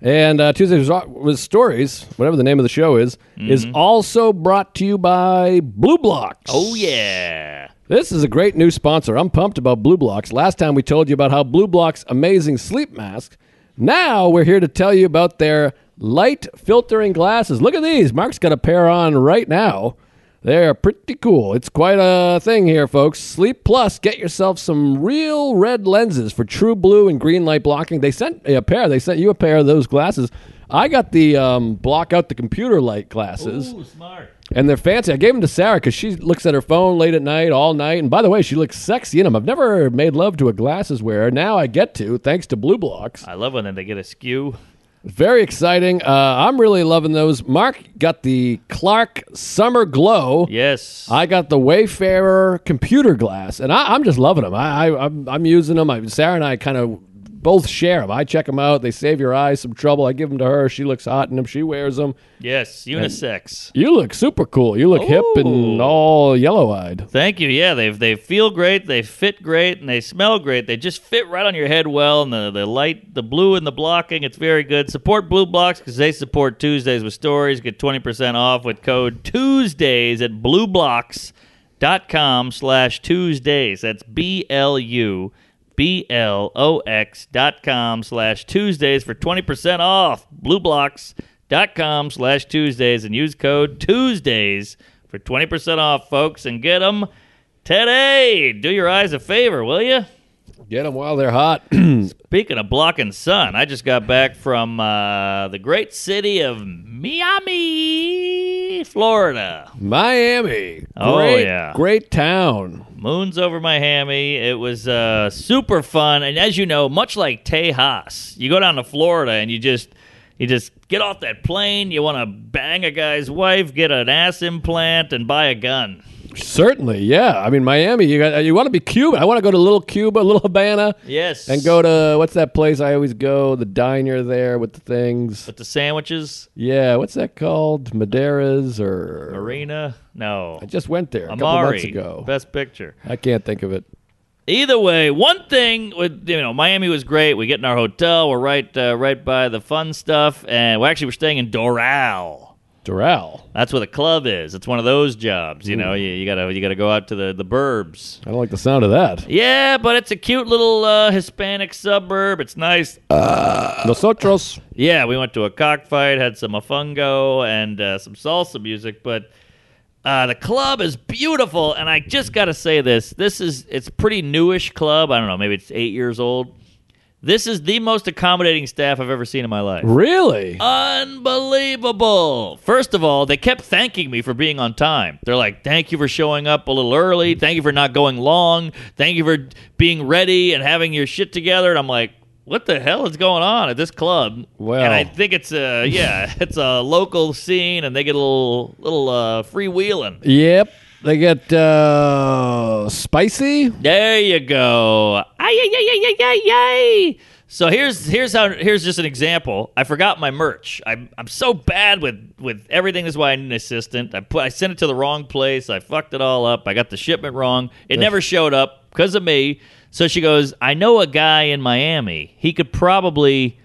[SPEAKER 1] And uh, Tuesdays with Stories, whatever the name of the show is, is also brought to you by Blue Blocks.
[SPEAKER 2] Oh, yeah.
[SPEAKER 1] This is a great new sponsor. I'm pumped about Blue Blocks. Last time we told you about how Blue Blocks' amazing sleep mask. Now we're here to tell you about their light filtering glasses. Look at these. Mark's got a pair on right now. They're pretty cool. It's quite a thing here, folks. Sleep Plus, get yourself some real red lenses for true blue and green light blocking. They sent me a pair. They sent you a pair of those glasses. I got the um, block out the computer light glasses
[SPEAKER 2] smart.
[SPEAKER 1] and they're fancy. I gave them to Sarah because she looks at her phone late at night, all night. And by the way, she looks sexy in them. I've never made love to a glasses wearer. Now I get to, thanks to Blue Blocks.
[SPEAKER 2] I love when they get a skew.
[SPEAKER 1] Very exciting. Uh, I'm really loving those. Mark got the Clark Summer Glow.
[SPEAKER 2] Yes.
[SPEAKER 1] I got the Wayfarer computer glass, and I, I'm just loving them. I, I I'm, I'm using them. I, Sarah and I kind of both share them. I check them out. They save your eyes some trouble. I give them to her. She looks hot in them. She wears them.
[SPEAKER 2] yes, unisex.
[SPEAKER 1] You look super cool. You look hip and
[SPEAKER 2] Ooh.
[SPEAKER 1] all yellow eyed.
[SPEAKER 2] Thank you. Yeah, they they feel great, they fit great, and they smell great. They just fit right on your head well, and the, the light, the blue, and the blocking, it's very good. Support Blue Blocks because they support Tuesdays with stories. Get twenty percent off with code Tuesdays at blueblocks.com slash Tuesdays. That's B L U B L O X dot com slash Tuesdays for twenty percent off. Blueblocks.com slash Tuesdays and use code Tuesdays for 20% off, folks, and get them today. Do your eyes a favor, will you?
[SPEAKER 1] Get them while they're hot.
[SPEAKER 2] Speaking of blocking sun, I just got back from uh, the great city of Miami, Florida.
[SPEAKER 1] Miami.
[SPEAKER 2] Oh,
[SPEAKER 1] great,
[SPEAKER 2] yeah.
[SPEAKER 1] Great town.
[SPEAKER 2] Moons over my hammy. It was uh, super fun, and as you know, much like Tejas, you go down to Florida and you just you just get off that plane. You want to bang a guy's wife, get an ass implant, and buy a gun.
[SPEAKER 1] Certainly, yeah. I mean, Miami. You got. You want to be Cuban? I want to go to little Cuba, little Havana,
[SPEAKER 2] Yes,
[SPEAKER 1] and go to what's that place I always go? The diner there with the things.
[SPEAKER 2] with the sandwiches.
[SPEAKER 1] Yeah, what's that called? Madeiras or
[SPEAKER 2] Marina? No.
[SPEAKER 1] I just went there a couple
[SPEAKER 2] Amari.
[SPEAKER 1] months ago.
[SPEAKER 2] Best picture.
[SPEAKER 1] I can't think of it.
[SPEAKER 2] Either way, one thing with you know Miami was great. We get in our hotel. We're right uh, right by the fun stuff, and we actually we're staying in Doral.
[SPEAKER 1] Doral.
[SPEAKER 2] That's where the club is. It's one of those jobs. You know, you, you gotta you gotta go out to the the burbs.
[SPEAKER 1] I don't like the sound of that.
[SPEAKER 2] Yeah, but it's a cute little uh, Hispanic suburb. It's nice.
[SPEAKER 1] Nosotros.
[SPEAKER 2] Yeah, we went to a cockfight, had some mofongo and uh, some salsa music, but uh, the club is beautiful. And I just got to say this: this is it's a pretty newish club. I don't know, maybe it's eight years old. This is the most accommodating staff I've ever seen in my life.
[SPEAKER 1] Really?
[SPEAKER 2] Uh, Unbelievable. First of all, they kept thanking me for being on time. They're like, thank you for showing up a little early. Thank you for not going long. Thank you for being ready and having your shit together. And I'm like, what the hell is going on at this club?
[SPEAKER 1] Well.
[SPEAKER 2] and I think it's a yeah, it's a local scene, and they get a little little uh, freewheeling.
[SPEAKER 1] yep. They get uh, spicy.
[SPEAKER 2] There you go. Ay, ay, ay, ay, ay, ay, ay. So here's here's how here's just an example. I forgot my merch. I'm I'm so bad with with everything. This is why I need an assistant. I put I sent it to the wrong place. I fucked it all up. I got the shipment wrong. It never showed up because of me. So she goes, I know a guy in Miami. He could probably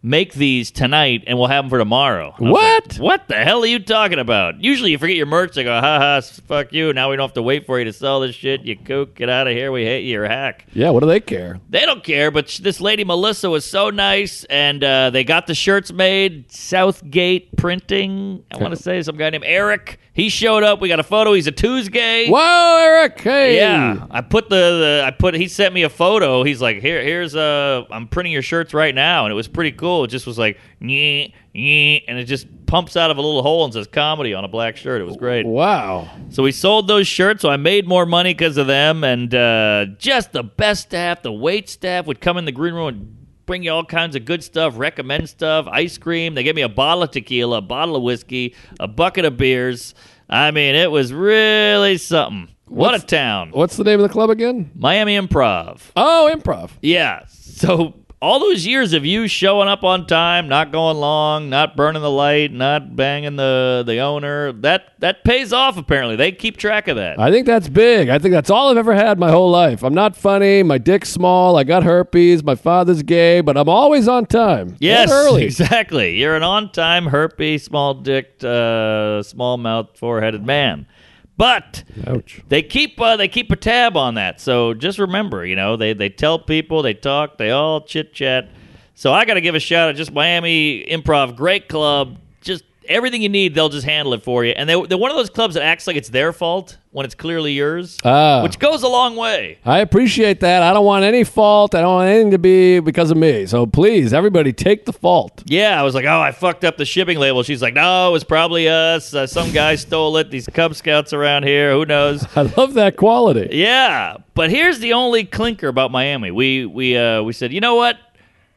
[SPEAKER 2] make these tonight and we'll have them for tomorrow. I was
[SPEAKER 1] What?
[SPEAKER 2] like, what the hell are you talking about? Usually you forget your merch. I go, ha ha, s- fuck you. Now we don't have to wait for you to sell this shit. You kook, get out of here. We hate you. You're a hack.
[SPEAKER 1] Yeah. What do they care?
[SPEAKER 2] They don't care, but sh- this lady Melissa was so nice, and uh, they got the shirts made. Southgate Printing, I want to say some guy named Eric. He showed up. We got a photo. He's a Tuesday.
[SPEAKER 1] Whoa, Eric. Hey.
[SPEAKER 2] Yeah, I put the, the I put he sent me a photo. He's like, here, here's uh, I'm printing your shirts right now, and it was pretty cool. It just was like, nyeh, nyeh, and it just pumps out of a little hole and says comedy on a black shirt. It was great.
[SPEAKER 1] Wow.
[SPEAKER 2] So we sold those shirts. So I made more money because of them, and uh, just the best staff. The wait staff would come in the green room and bring you all kinds of good stuff, recommend stuff, ice cream. They gave me a bottle of tequila, a bottle of whiskey, a bucket of beers. I mean, it was really something. What a town.
[SPEAKER 1] What's the name of the club again?
[SPEAKER 2] Miami Improv.
[SPEAKER 1] Oh, improv.
[SPEAKER 2] Yeah. So all those years of you showing up on time, not going long, not burning the light, not banging the the owner, that that pays off apparently. They keep track of that.
[SPEAKER 1] I think that's big. I think that's all I've ever had my whole life. I'm not funny. My dick's small. I got herpes. My father's gay, but I'm always on time.
[SPEAKER 2] yes,
[SPEAKER 1] And early.
[SPEAKER 2] exactly. You're an on-time, herpy, small-dicked, uh, small-mouthed, four-headed man. But
[SPEAKER 1] Ouch.
[SPEAKER 2] They keep uh, they keep a tab on that. So just remember, you know, they they tell people, they talk, they all chit chat. So I got to give a shout out just Miami Improv, great club. Just everything you need, they'll just handle it for you. And they, they're one of those clubs that acts like it's their fault when it's clearly yours,
[SPEAKER 1] Ah,
[SPEAKER 2] which goes a long way.
[SPEAKER 1] I appreciate that. I don't want any fault. I don't want anything to be because of me. So please, everybody, take the fault.
[SPEAKER 2] Yeah, I was like, oh, I fucked up the shipping label. She's like, no, it was probably us. Uh, some guy stole it. These Cub Scouts around here, who knows?
[SPEAKER 1] I love that quality.
[SPEAKER 2] Yeah, but here's the only clinker about Miami. We we uh, we said, you know what?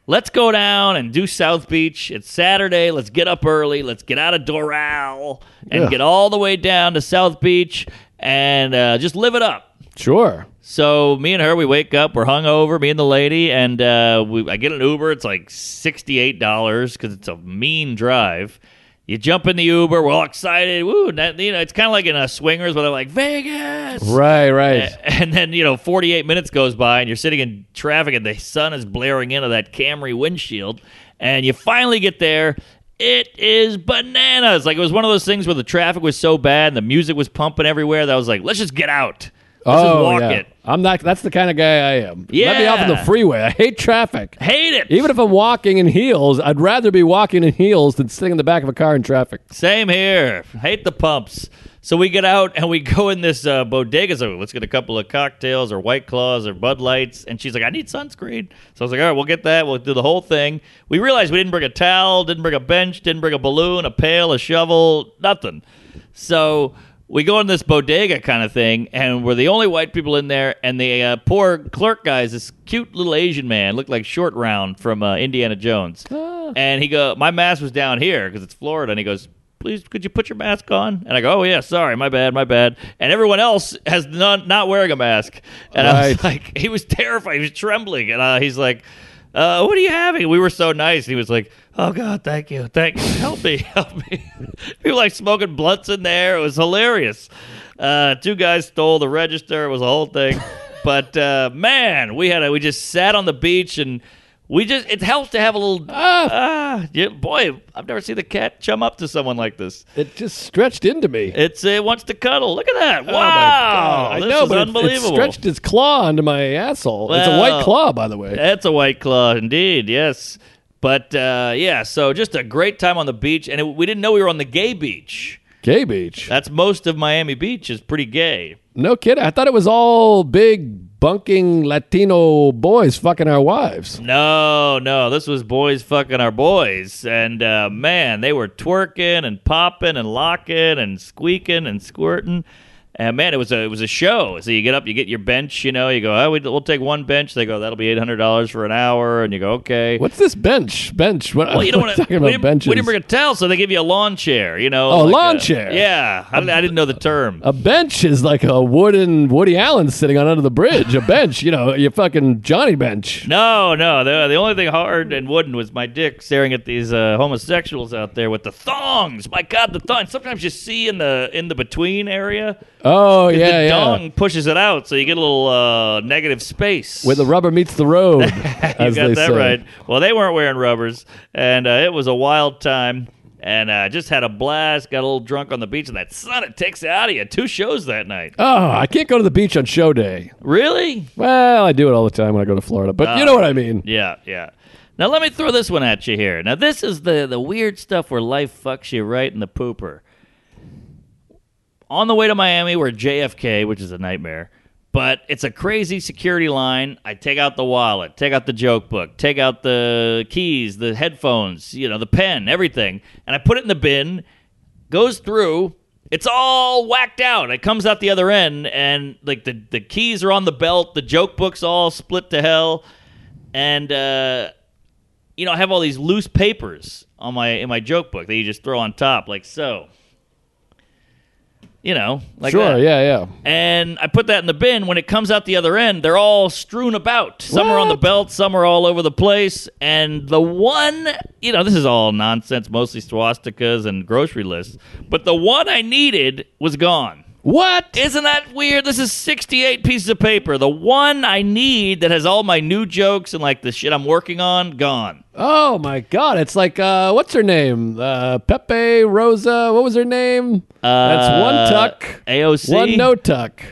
[SPEAKER 2] Let's go down and do South Beach. It's Saturday. Let's get up early. Let's get out of Doral and
[SPEAKER 1] Yeah.
[SPEAKER 2] get all the way down to South Beach and uh, just live it up.
[SPEAKER 1] Sure.
[SPEAKER 2] So me and her, we wake up, we're hungover, me and the lady, and uh, we, I get an Uber. It's like sixty-eight dollars because it's a mean drive. You jump in the Uber, we're all excited. Woo! That, you know, it's kind of like in a swingers, where they're like Vegas,
[SPEAKER 1] Right, right.
[SPEAKER 2] and then you know, forty-eight minutes goes by, and you're sitting in traffic, and the sun is blaring into that Camry windshield, and you finally get there. It is bananas. Like it was one of those things where the traffic was so bad and the music was pumping everywhere that I was like, let's just get out. Let's just walk
[SPEAKER 1] Oh, yeah.
[SPEAKER 2] it.
[SPEAKER 1] I'm not. That's the kind of guy I am. Let me
[SPEAKER 2] Yeah.
[SPEAKER 1] off on the freeway. I hate traffic.
[SPEAKER 2] Hate it.
[SPEAKER 1] Even if I'm walking in heels, I'd rather be walking in heels than sitting in the back of a car in traffic.
[SPEAKER 2] Same here. Hate the pumps. So we get out and we go in this uh, bodega. So let's get a couple of cocktails or White Claws or Bud Lights. And she's like, I need sunscreen. So I was like, all right, we'll get that. We'll do the whole thing. We realized we didn't bring a towel, didn't bring a bench, didn't bring a balloon, a pail, a shovel, nothing. So we go in this bodega kind of thing, and we're the only white people in there. And the uh, poor clerk guy is this cute little Asian man, looked like Short Round from uh, Indiana Jones. And he go, my mask was down here because it's Florida. And he goes, please, could you put your mask on? And I go, oh yeah, sorry, my bad, my bad. And everyone else has none, not wearing a mask. And I
[SPEAKER 1] Right.
[SPEAKER 2] was like, he was terrified, he was trembling, and uh, he's like. Uh, what are you having? We were so nice. He was like, "Oh God, thank you, thank help me, help me." People like smoking blunts in there. It was hilarious. Uh, two guys stole the register. It was a whole thing. but uh, man, we had a, we just sat on the beach and we just it helps to have a little ah yeah, boy. I've never seen the cat chum up to someone like this.
[SPEAKER 1] It just stretched into me.
[SPEAKER 2] It's it wants to cuddle. Look at that!
[SPEAKER 1] Oh my
[SPEAKER 2] Wow,
[SPEAKER 1] God. I
[SPEAKER 2] this
[SPEAKER 1] know,
[SPEAKER 2] is
[SPEAKER 1] but it-
[SPEAKER 2] unbelievable.
[SPEAKER 1] It, stretched its claw into my asshole. it's a
[SPEAKER 2] Well, eh,
[SPEAKER 1] white claw, by the way.
[SPEAKER 2] That's a white claw indeed, yes. But uh, yeah, so just a great time on the beach, and it, we didn't know we were on the gay beach.
[SPEAKER 1] Gay beach.
[SPEAKER 2] That's most of Miami Beach is pretty gay.
[SPEAKER 1] No kidding. I thought it was all big bunking Latino boys fucking our wives.
[SPEAKER 2] No, no, this was boys fucking our boys, and uh, man, they were twerking and popping and locking and squeaking and squirting. And man, it was a it was a show. So you get up, you get your bench, you know, you go, oh, we- we'll take one bench. They go, that'll be eight hundred dollars for an hour, and you go, okay.
[SPEAKER 1] What's this bench? Bench. What,
[SPEAKER 2] Well, you don't
[SPEAKER 1] we're
[SPEAKER 2] want to.
[SPEAKER 1] talking about
[SPEAKER 2] We, didn't-
[SPEAKER 1] benches.
[SPEAKER 2] we didn't bring a towel, so they give you a lawn chair. You know.
[SPEAKER 1] Oh, a lawn chair. Oh.
[SPEAKER 2] Yeah, I, I didn't know the term.
[SPEAKER 1] A bench is like a wooden Woody Allen sitting on under the bridge. A bench, you know, your fucking Johnny bench.
[SPEAKER 2] no, no. The, the only thing hard and wooden was my dick staring at these uh, homosexuals out there with the thongs. My God, the thongs. Sometimes you see in the in the between area,
[SPEAKER 1] Oh yeah,
[SPEAKER 2] the
[SPEAKER 1] yeah.
[SPEAKER 2] dong pushes it out, so you get a little uh, negative space.
[SPEAKER 1] Where the rubber meets the road. as
[SPEAKER 2] you got
[SPEAKER 1] they
[SPEAKER 2] that
[SPEAKER 1] say.
[SPEAKER 2] right. Well, they weren't wearing rubbers, and uh, it was a wild time. And uh, just had a blast. Got a little drunk on the beach, and that sun it takes it out of you. Two shows that night.
[SPEAKER 1] Oh, I can't go to the beach on show day.
[SPEAKER 2] Really?
[SPEAKER 1] Well, I do it all the time when I go to Florida, but you know what I mean.
[SPEAKER 2] Yeah, yeah. Now let me throw this one at you here. Now this is the the weird stuff where life fucks you right in the pooper. On the way to Miami, we're at JFK, which is a nightmare, but it's a crazy security line. I take out the wallet, take out the joke book, take out the keys, the headphones, you know, the pen, everything, and I put it in the bin. Goes through. It's all whacked out. It comes out the other end, and like the the keys are on the belt. The joke book's all split to hell and uh, you know I have all these loose papers on my in my joke book that you just throw on top, like so. You know, like
[SPEAKER 1] sure,
[SPEAKER 2] that.
[SPEAKER 1] yeah, yeah.
[SPEAKER 2] And I put that in the bin. When it comes out the other end, they're all strewn about. Some are on the
[SPEAKER 1] What?
[SPEAKER 2] belt, some are all over the place. And the one, you know, this is all nonsense, mostly swastikas and grocery lists. But the one I needed was gone.
[SPEAKER 1] What?
[SPEAKER 2] Isn't that weird? This is 68 pieces of paper. The one I need that has all my new jokes and like the shit I'm working on, gone.
[SPEAKER 1] Oh my God! It's like uh, what's her name? Uh, Pepe Rosa. What was her name?
[SPEAKER 2] Uh,
[SPEAKER 1] That's one tuck,
[SPEAKER 2] AOC.
[SPEAKER 1] one no tuck.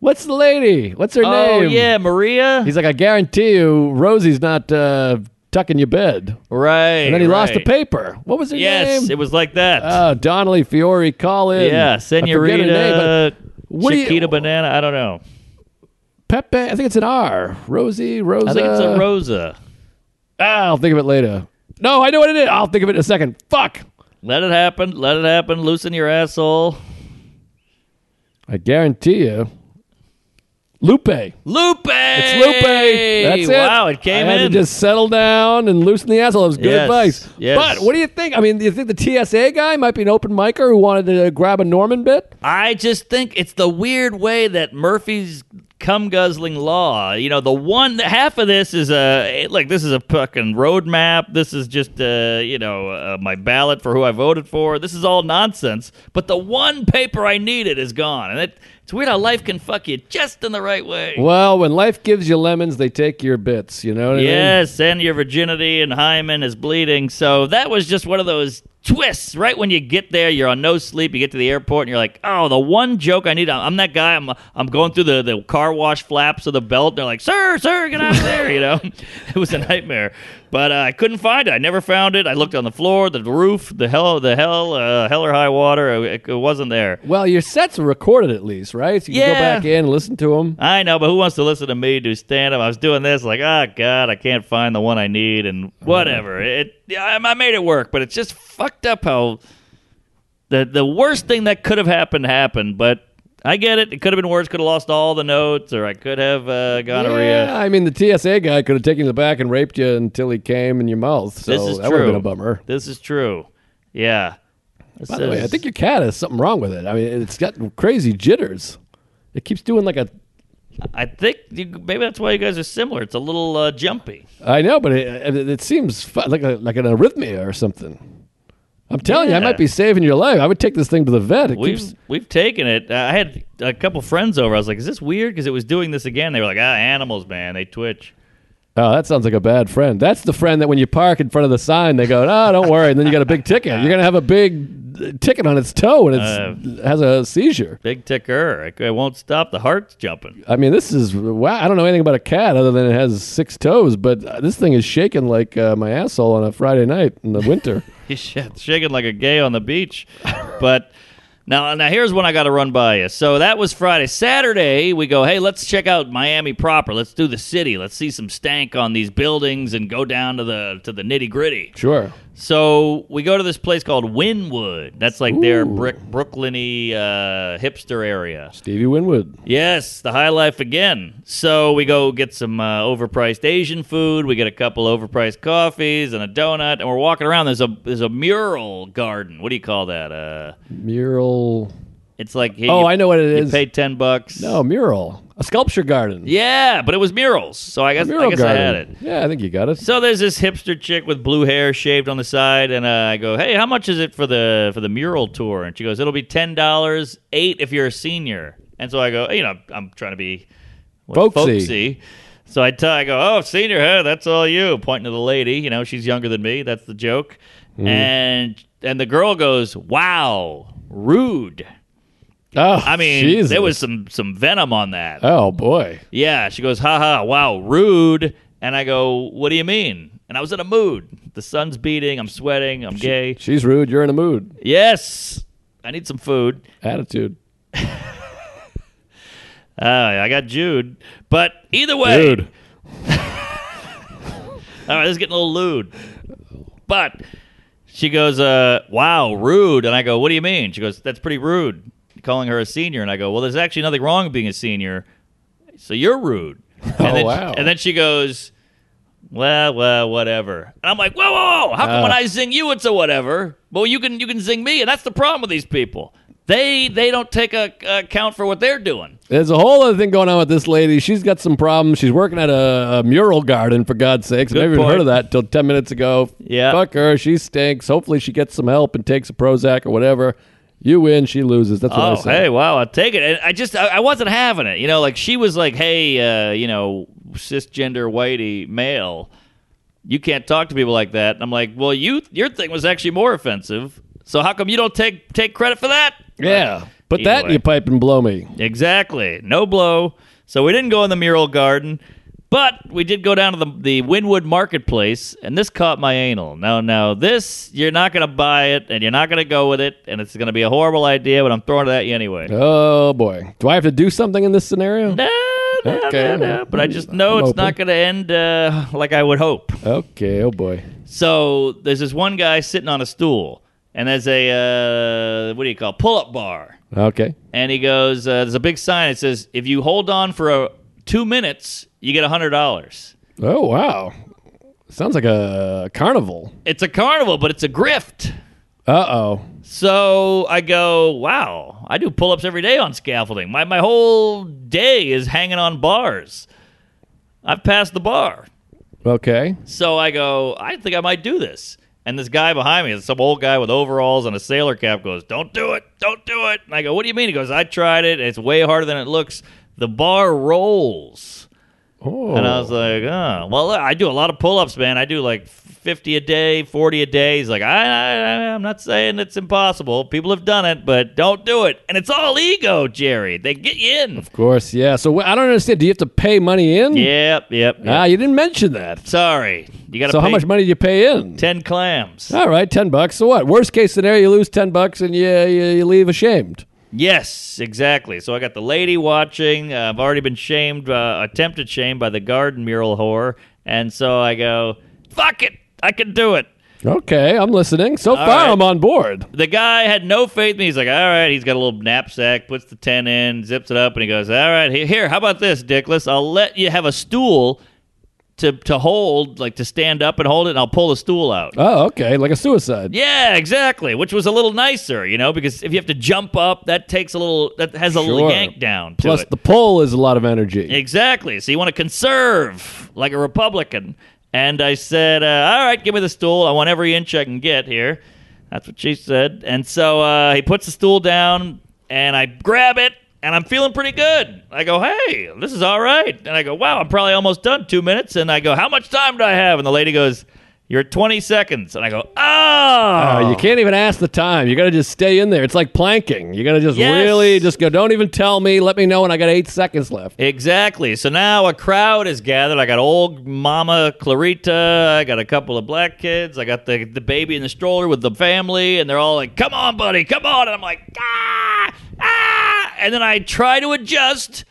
[SPEAKER 1] What's the lady? What's her
[SPEAKER 2] Oh,
[SPEAKER 1] name?
[SPEAKER 2] yeah, Maria.
[SPEAKER 1] He's like, I guarantee you, Rosie's not uh, tucking your bed.
[SPEAKER 2] right.
[SPEAKER 1] And then he lost the
[SPEAKER 2] right.
[SPEAKER 1] paper. What was her
[SPEAKER 2] Yes,
[SPEAKER 1] name?
[SPEAKER 2] it was like that.
[SPEAKER 1] Oh, Donnelly Fiore Collin.
[SPEAKER 2] yeah,
[SPEAKER 1] I forget her
[SPEAKER 2] Senorita.
[SPEAKER 1] name, but what do you-
[SPEAKER 2] Chiquita Banana. I don't know.
[SPEAKER 1] Pepe. I think it's an R. Rosie. Rosa.
[SPEAKER 2] I think it's a Rosa.
[SPEAKER 1] Ah, I'll think of it later. No, I know what it is. I'll think of it in a second. Fuck.
[SPEAKER 2] Let it happen. Let it happen. Loosen your asshole.
[SPEAKER 1] I guarantee you, Lupe.
[SPEAKER 2] Lupe.
[SPEAKER 1] It's Lupe. That's it.
[SPEAKER 2] Wow, it came
[SPEAKER 1] I had
[SPEAKER 2] in.
[SPEAKER 1] To just settle down and loosen the asshole. It was good
[SPEAKER 2] Yes,
[SPEAKER 1] advice.
[SPEAKER 2] yes.
[SPEAKER 1] But what do you think? I mean, do you think the TSA guy might be an open micer who wanted to grab a Norman bit?
[SPEAKER 2] I just think it's the weird way that Murphy's cum guzzling law. You know, the one half of this is a look. This is a fucking roadmap. This is just uh, you know uh, my ballot for who I voted for. This is all nonsense. But the one paper I needed is gone, and it, it's weird how life can fuck you just in the right way.
[SPEAKER 1] Well, when life gives you lemons, they take your bits. You know what I mean?
[SPEAKER 2] Yes, and your virginity and hymen is bleeding. So that was just one of those twists. Right when you get there, you're on no sleep. You get to the airport, and you're like, "Oh, the one joke I need." I'm, I'm that guy. I'm I'm going through the, the car wash flaps of the belt. And they're like, "Sir, sir, get out of there!" You know, it was a nightmare. But uh, I couldn't find it. I never found it. I looked on the floor, the roof, the hell, the hell, uh, hell or high water. It, it wasn't there.
[SPEAKER 1] Well, your sets are recorded at least, right? So you can go
[SPEAKER 2] Yeah.
[SPEAKER 1] back in and listen to them.
[SPEAKER 2] I know, but who wants to listen to me do stand up? I was doing this, like, oh god, I can't find the one I need, and whatever. It, I, I made it work, but it's just fucked up how the the worst thing that could have happened happened. But I get it; it could have been worse. Could have lost all the notes, or I could have uh, gonorrhea.
[SPEAKER 1] Yeah, I mean, the TSA guy could have taken you to the back and raped you until he came in your mouth. So
[SPEAKER 2] This is
[SPEAKER 1] that would have
[SPEAKER 2] true.
[SPEAKER 1] been a bummer.
[SPEAKER 2] This is true. Yeah.
[SPEAKER 1] By the way, I think your cat has something wrong with it. I mean, it's got crazy jitters. It keeps doing like a
[SPEAKER 2] I think you, maybe that's why you guys are similar. It's a little uh, jumpy.
[SPEAKER 1] I know, but it, it, it seems fu- like a, like an arrhythmia or something. I'm telling you, I
[SPEAKER 2] Yeah.
[SPEAKER 1] might be saving your life. I would take this thing to the vet. It
[SPEAKER 2] We've
[SPEAKER 1] keeps.
[SPEAKER 2] we've taken it. Uh, I had a couple friends over. I was like, "Is this weird?" Because it was doing this again. They were like, "Ah, animals, man, they twitch."
[SPEAKER 1] Oh, that sounds like a bad friend. That's the friend that when you park in front of the sign, they go, "No, don't worry." And then you got a big ticket. You're gonna have a big uh, ticket on its toe, and
[SPEAKER 2] Uh,
[SPEAKER 1] it's has a seizure.
[SPEAKER 2] Big ticker. It, it won't stop. The heart's jumping.
[SPEAKER 1] I mean, this is wow. I don't know anything about a cat other than it has six toes, but uh, this thing is shaking like uh, my asshole on a Friday night in the winter.
[SPEAKER 2] He's sh- shaking like a gay on the beach. But now, now here's one I got to run by you. So that was Friday. Saturday, we go. Hey, let's check out Miami proper. Let's do the city. Let's see some stank on these buildings and go down to the to the nitty gritty.
[SPEAKER 1] sure.
[SPEAKER 2] So we go to this place called Wynwood. That's like their brick, Brooklyn-y uh, hipster area.
[SPEAKER 1] Stevie Winwood.
[SPEAKER 2] Yes, the high life again. So we go get some uh, overpriced Asian food. We get a couple overpriced coffees and a donut, and we're walking around. There's a there's a mural garden. What do you call that? Uh,
[SPEAKER 1] Mural.
[SPEAKER 2] it's like
[SPEAKER 1] Oh, I know what it
[SPEAKER 2] you
[SPEAKER 1] is.
[SPEAKER 2] pay ten bucks.
[SPEAKER 1] No, mural. A sculpture garden.
[SPEAKER 2] yeah, but it was murals. So I guess
[SPEAKER 1] Mural
[SPEAKER 2] I guess I had it.
[SPEAKER 1] garden. Yeah, I think you got it.
[SPEAKER 2] So there's this hipster chick with blue hair shaved on the side, and uh, I go, "Hey, how much is it for the for the mural tour?" And she goes, "It'll be ten dollars, eight if you're a senior." And so I go, "You know, I'm trying to be what,
[SPEAKER 1] Folksy.
[SPEAKER 2] So I tell, I go, "Oh, senior, huh? That's all you." Pointing to the lady, you know, she's younger than me. That's the joke.
[SPEAKER 1] Mm-hmm.
[SPEAKER 2] And and the girl goes, "Wow, rude."
[SPEAKER 1] Oh,
[SPEAKER 2] I mean,
[SPEAKER 1] Jesus.
[SPEAKER 2] there was some some venom on that.
[SPEAKER 1] Oh boy.
[SPEAKER 2] Yeah, she goes, ha ha, wow, rude. And I go, what do you mean? And I was in a mood. The sun's beating, I'm sweating, I'm gay.
[SPEAKER 1] She's rude. You're in a mood.
[SPEAKER 2] Yes, I need some food.
[SPEAKER 1] Attitude.
[SPEAKER 2] Uh, I got Jude. But either way,
[SPEAKER 1] Dude.
[SPEAKER 2] all right, this is getting a little lewd. But she goes, uh, wow, rude. And I go, what do you mean? She goes, that's pretty rude, calling her a senior. And I go, well, there's actually nothing wrong with being a senior. So you're rude. And
[SPEAKER 1] Oh,
[SPEAKER 2] then
[SPEAKER 1] wow.
[SPEAKER 2] and then she goes, well, well, whatever. And I'm like, whoa, whoa, whoa. How come
[SPEAKER 1] Uh.
[SPEAKER 2] when I zing you, it's a whatever? Well, you can you can zing me, and that's the problem with these people. They they don't take a, account for what they're doing.
[SPEAKER 1] There's a whole other thing going on with this lady. She's got some problems. She's working at a, a mural garden, for God's sakes. Never even
[SPEAKER 2] point.
[SPEAKER 1] heard of that till 10 minutes ago.
[SPEAKER 2] Yeah.
[SPEAKER 1] Fuck her. She stinks. Hopefully she gets some help and takes a Prozac or whatever. You win, she loses. That's what I
[SPEAKER 2] Oh,
[SPEAKER 1] say.
[SPEAKER 2] hey, wow, I'll take it. And I just, I, I wasn't having it. You know, like she was like, hey, uh, you know, cisgender whitey male, you can't talk to people like that. And I'm like, well, you, your thing was actually more offensive. So how come you don't take take credit for that?
[SPEAKER 1] Yeah. But
[SPEAKER 2] Either
[SPEAKER 1] that
[SPEAKER 2] way.
[SPEAKER 1] you pipe and blow me.
[SPEAKER 2] Exactly. No blow. So we didn't go in the mural garden, but we did go down to the the Winwood Marketplace, and this caught my anal. Now, now this you're not going to buy it, and you're not going to go with it, and it's going to be a horrible idea. But I'm throwing it at you anyway.
[SPEAKER 1] Oh boy. Do I have to do something in this scenario?
[SPEAKER 2] No, no,
[SPEAKER 1] Okay.
[SPEAKER 2] no, no. But I just know
[SPEAKER 1] I'm
[SPEAKER 2] it's
[SPEAKER 1] open.
[SPEAKER 2] not going to end uh, like I would hope.
[SPEAKER 1] Okay, oh boy.
[SPEAKER 2] So there's this one guy sitting on a stool, and there's a uh, what do you call it? pull-up bar.
[SPEAKER 1] Okay.
[SPEAKER 2] and he goes, uh, "There's a big sign. It says if you hold on for uh two minutes, you get a hundred dollars.
[SPEAKER 1] Oh wow. Sounds like a carnival.
[SPEAKER 2] It's a carnival, but it's a grift."
[SPEAKER 1] Uh oh.
[SPEAKER 2] So I go, "Wow, I do pull-ups every day on scaffolding. My my whole day is hanging on bars. I've passed the bar."
[SPEAKER 1] Okay.
[SPEAKER 2] So I go, "I think I might do this." And this guy behind me, some old guy with overalls and a sailor cap, goes, "Don't do it! Don't do it!" And I go, "What do you mean?" He goes, "I tried it. It's way harder than it looks. The bar rolls."
[SPEAKER 1] Oh.
[SPEAKER 2] And I was like, oh, well, I do a lot of pull ups, man. I do like 50 a day, 40 a day. He's like, I, I, I'm not saying it's impossible. People have done it, but don't do it. And it's all ego, Jerry. They get you in.
[SPEAKER 1] of course, yeah. So wh- I don't understand. Do you have to pay money in?
[SPEAKER 2] Yep, yep. yep.
[SPEAKER 1] Ah, you didn't mention that.
[SPEAKER 2] Sorry. You got to
[SPEAKER 1] So
[SPEAKER 2] pay
[SPEAKER 1] how much money do you pay in?
[SPEAKER 2] 10 clams.
[SPEAKER 1] All right, ten bucks. So what? Worst case scenario, you lose ten bucks and you you, you leave ashamed.
[SPEAKER 2] Yes, exactly. So I got the lady watching. Uh, I've already been shamed, uh, attempted shame by the garden mural whore. And so I go, fuck it. I can do it.
[SPEAKER 1] Okay, I'm listening. So far,
[SPEAKER 2] right.
[SPEAKER 1] I'm on board.
[SPEAKER 2] The guy had no faith in me. He's like, all right, he's got a little knapsack, puts the 10 in, zips it up, and he goes, all right, he- here, how about this, Dickless? I'll let you have a stool to, to hold, like to stand up and hold it, and I'll pull the stool out.
[SPEAKER 1] Oh, okay, like a suicide.
[SPEAKER 2] yeah, exactly, which was a little nicer, you know, because if you have to jump up, that takes a little, that has a little
[SPEAKER 1] Sure.
[SPEAKER 2] yank down to
[SPEAKER 1] Plus,
[SPEAKER 2] it.
[SPEAKER 1] the pull is a lot of energy.
[SPEAKER 2] Exactly. So you want to conserve like a Republican. And I said, uh, all right, give me the stool. I want every inch I can get here. That's what she said. And so uh, he puts the stool down, and I grab it, and I'm feeling pretty good. I go, hey, this is all right. And I go, wow, I'm probably almost done two minutes. And I go, how much time do I have? And the lady goes, you're at 20 seconds. And I go, oh.
[SPEAKER 1] Uh, you can't even ask the time. You got to just stay in there. It's like planking. You got to just
[SPEAKER 2] Yes.
[SPEAKER 1] really just go. Don't even tell me. Let me know when I got eight seconds left.
[SPEAKER 2] Exactly. So now a crowd is gathered. I got old Mama Clarita. I got a couple of black kids. I got the, the baby in the stroller with the family, and they're all like, "Come on, buddy, come on!" And I'm like, "Ah, ah!" And then I try to adjust,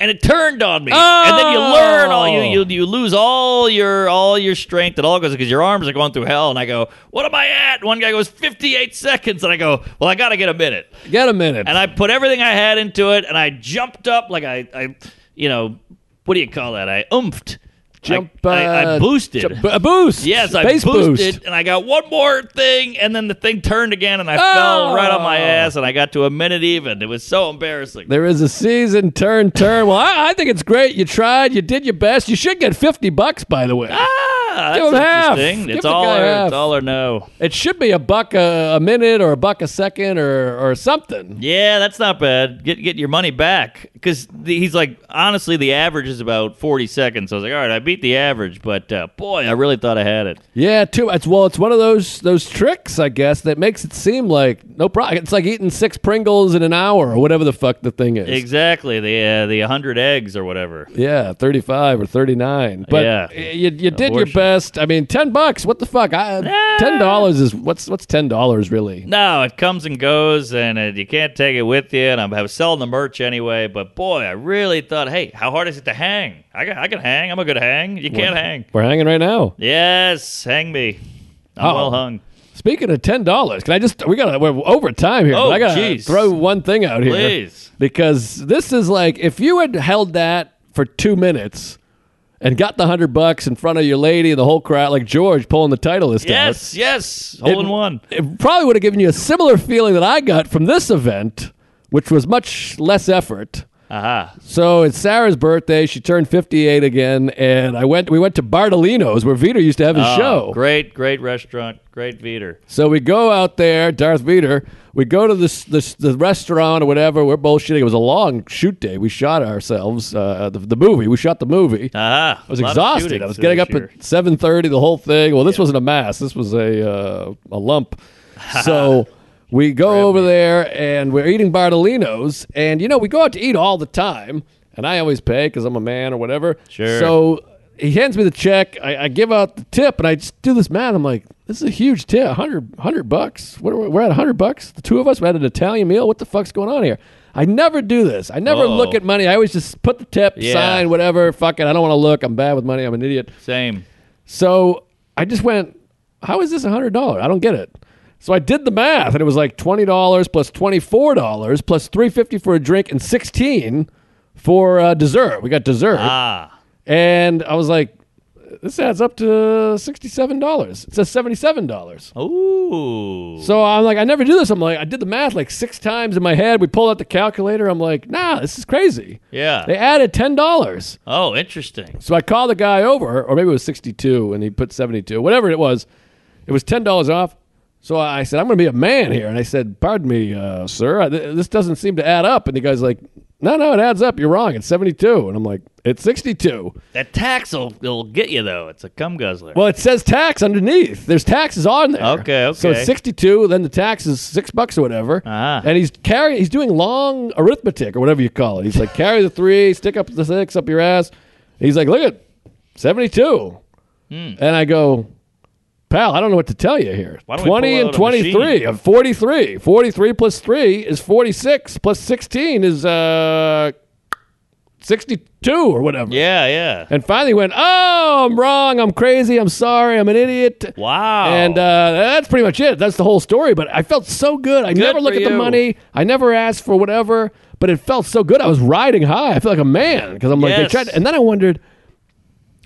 [SPEAKER 2] and it turned on me. And then you
[SPEAKER 1] Oh.
[SPEAKER 2] learn all you, you you lose all your all your strength. It all goes because your arms are going through hell. And I go, "What am I at?" One guy goes, "58 seconds," and I go, "Well, I got to get a minute."
[SPEAKER 1] Get a minute.
[SPEAKER 2] and I put everything I had into it, and I jumped up like I, I you know, what do you call that? I oomphed.
[SPEAKER 1] Jump.
[SPEAKER 2] I, I, I
[SPEAKER 1] uh,
[SPEAKER 2] boosted.
[SPEAKER 1] jump- a boost.
[SPEAKER 2] Yes, I
[SPEAKER 1] Base
[SPEAKER 2] boosted,
[SPEAKER 1] boost.
[SPEAKER 2] and I got one more thing, and then the thing turned again, and I fell right on my
[SPEAKER 1] Oh.
[SPEAKER 2] ass, and I got to a minute even. It was so embarrassing.
[SPEAKER 1] There is a season turn turn. Well, I, I think it's great. You tried. You did your best. You should get fifty bucks. By the way,
[SPEAKER 2] ah,
[SPEAKER 1] Give him
[SPEAKER 2] that's
[SPEAKER 1] half.
[SPEAKER 2] interesting.
[SPEAKER 1] Give
[SPEAKER 2] It's
[SPEAKER 1] the
[SPEAKER 2] all
[SPEAKER 1] guy
[SPEAKER 2] or,
[SPEAKER 1] half.
[SPEAKER 2] it's all or no.
[SPEAKER 1] it should be a buck a, a minute or a buck a second or or something.
[SPEAKER 2] Yeah, that's not bad. Get get your money back because he's like, honestly, the average is about forty seconds. So I was like, all right, I beat the average, but uh, boy, I really thought I had it.
[SPEAKER 1] Yeah, too. It's well, it's one of those those tricks, I guess, that makes it seem like no problem. It's like eating six Pringles in an hour or whatever the fuck the thing is.
[SPEAKER 2] Exactly the uh, the hundred eggs or whatever.
[SPEAKER 1] Yeah, thirty-five or thirty-nine. But
[SPEAKER 2] Yeah.
[SPEAKER 1] y- you you did your
[SPEAKER 2] Abortion. Ah.
[SPEAKER 1] best. I mean, ten bucks. What the fuck? I, ten dollars is what's what's ten dollars really?
[SPEAKER 2] No, it comes and goes, and uh, you can't take it with you. And I'm, I'm selling the merch anyway. But boy, I really thought, hey, how hard is it to hang? I can, I can hang. I'm a good hang. You can't hang.
[SPEAKER 1] We're hanging right now.
[SPEAKER 2] Yes, hang me. I'm
[SPEAKER 1] Uh-oh.
[SPEAKER 2] well hung.
[SPEAKER 1] Speaking of ten dollars, can I just we got to we're over time here.
[SPEAKER 2] Oh,
[SPEAKER 1] but I gotta
[SPEAKER 2] jeez.
[SPEAKER 1] throw one thing out here,
[SPEAKER 2] Please.
[SPEAKER 1] because this is like if you had held that for two minutes and got the hundred bucks in front of your lady and the whole crowd, like George pulling the title list out.
[SPEAKER 2] Yes, yes, hole
[SPEAKER 1] It-
[SPEAKER 2] in one.
[SPEAKER 1] it probably would have given you a similar feeling that I got from this event, which was much less effort.
[SPEAKER 2] Aha.
[SPEAKER 1] So it's Sarah's birthday. She turned 58 again, and I went. We went to Bartolino's where Viter used to have his
[SPEAKER 2] Oh,
[SPEAKER 1] show.
[SPEAKER 2] Great, great restaurant. Great Veter.
[SPEAKER 1] So we go out there, Darth Vader. We go to this, this the restaurant or whatever. We're bullshitting. It was a long shoot day. We shot ourselves uh, the, the movie. We shot the movie.
[SPEAKER 2] Aha.
[SPEAKER 1] I was exhausted. I was getting up at seven thirty. The whole thing. Well, this wasn't a mass. This was a uh, a lump. So we go over there and we're eating Bartolinos, and you know we go out to eat all the time, and I always pay because I'm a man or whatever.
[SPEAKER 2] Sure.
[SPEAKER 1] So he hands me the check. I, I give out the tip, and I just do this math. I'm like, this is a huge tip. 100, 100 bucks. What are we, we're at hundred bucks. The two of us. We had an Italian meal. What the fuck's going on here? I never do this. I never
[SPEAKER 2] Oh.
[SPEAKER 1] look at money. I always just put the tip,
[SPEAKER 2] Yeah.
[SPEAKER 1] sign, whatever. Fuck it. I don't want to look. I'm bad with money. I'm an idiot.
[SPEAKER 2] Same.
[SPEAKER 1] So I just went, how is this a hundred dollar? I don't get it. So I did the math, and it was like twenty dollars plus twenty four dollars plus three fifty for a drink and sixteen for uh, dessert. We got dessert,
[SPEAKER 2] Ah,
[SPEAKER 1] and I was like, this adds up to sixty seven dollars. It says seventy seven dollars.
[SPEAKER 2] ooh.
[SPEAKER 1] So I'm like, I never do this. I'm like, I did the math like six times in my head. We pulled out the calculator. I'm like, nah, this is crazy.
[SPEAKER 2] yeah.
[SPEAKER 1] They added ten dollars.
[SPEAKER 2] oh, interesting.
[SPEAKER 1] So I called the guy over, or maybe it was 62 and he put 72, whatever it was. It was $10 off. So I said, I'm going to be a man here. And I said, Pardon me, uh, sir. I, th- this doesn't seem to add up. And the guy's like, No, no, it adds up. You're wrong. It's 72. And I'm like, It's 62.
[SPEAKER 2] That tax will will get you though. It's a cum guzzler.
[SPEAKER 1] Well, it says tax underneath. There's taxes on there.
[SPEAKER 2] Okay, okay.
[SPEAKER 1] So it's 62, then the tax is six bucks or whatever.
[SPEAKER 2] Ah.
[SPEAKER 1] And he's carrying, he's doing long arithmetic or whatever you call it. He's like, carry the three, stick up the six up your ass. He's like, look at 72.
[SPEAKER 2] Hmm.
[SPEAKER 1] And I go, pal, I don't know what to tell you here.
[SPEAKER 2] Why don't we
[SPEAKER 1] 20
[SPEAKER 2] pull
[SPEAKER 1] and
[SPEAKER 2] out a machine?
[SPEAKER 1] 23 of 43. 43 plus 3 is 46, plus 16 is uh, 62 or whatever.
[SPEAKER 2] yeah, yeah.
[SPEAKER 1] And finally went, oh, I'm wrong. I'm crazy. I'm sorry. I'm an idiot.
[SPEAKER 2] wow.
[SPEAKER 1] And uh, that's pretty much it. That's the whole story. But I felt so good. I never
[SPEAKER 2] for
[SPEAKER 1] look at the
[SPEAKER 2] you.
[SPEAKER 1] money. I never ask for whatever. But it felt so good. I was riding high. I feel like a man because I'm like
[SPEAKER 2] Yes.
[SPEAKER 1] they tried. And then I wondered.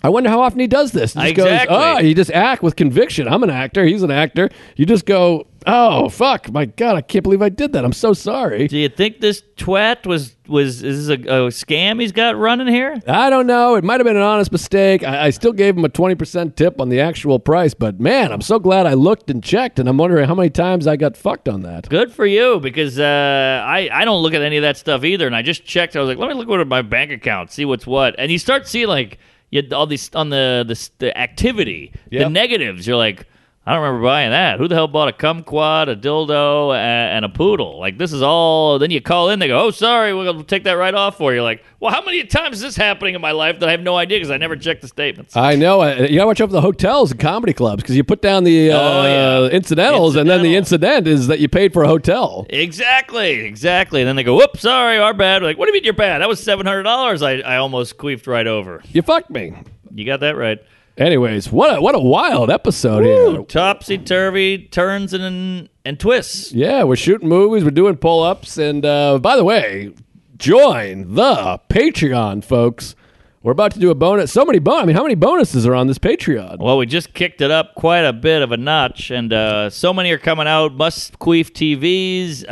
[SPEAKER 1] I wonder how often he does this. He just
[SPEAKER 2] Exactly.
[SPEAKER 1] goes, oh, you just act with conviction. I'm an actor. He's an actor. You just go, oh, fuck, my God, I can't believe I did that. I'm so sorry.
[SPEAKER 2] do you think this twat was was is this a, a scam he's got running here?
[SPEAKER 1] I don't know. It might have been an honest mistake. I, I still gave him a 20% tip on the actual price, but man, I'm so glad I looked and checked, and I'm wondering how many times I got fucked on that.
[SPEAKER 2] Good for you because uh, I I don't look at any of that stuff either, and I just checked. I was like, let me look at my bank account, see what's what, and you start seeing like you, all these on the the, the activity,
[SPEAKER 1] Yeah.
[SPEAKER 2] the negatives. You're like, I don't remember buying that. Who the hell bought a kumquat, a dildo, a, and a poodle? Like this is all. Then you call in, they go, oh sorry, we'll take that right off for you. Like, well, how many times is this happening in my life that I have no idea because I never checked the statements.
[SPEAKER 1] I know. I- You gotta watch out for the hotels and comedy clubs because you put down the uh,
[SPEAKER 2] Oh, yeah.
[SPEAKER 1] incidentals, and then the incident is that you paid for a hotel.
[SPEAKER 2] Exactly, exactly. And then they go, "Whoops, sorry, our bad." We're like, what do you mean you're bad? That was seven hundred dollars. I, I almost queefed right over.
[SPEAKER 1] You fucked me.
[SPEAKER 2] You got that right.
[SPEAKER 1] Anyways, what a, what a wild episode here.
[SPEAKER 2] Topsy turvy turns and and twists.
[SPEAKER 1] Yeah, we're shooting movies, we're doing pull ups, and uh, by the way, join the Patreon, folks. We're about to do a bonus. So many bonus. I mean, how many bonuses are on this Patreon?
[SPEAKER 2] Well, we just kicked it up quite a bit of a notch, and uh, so many are coming out. Must queef TVs.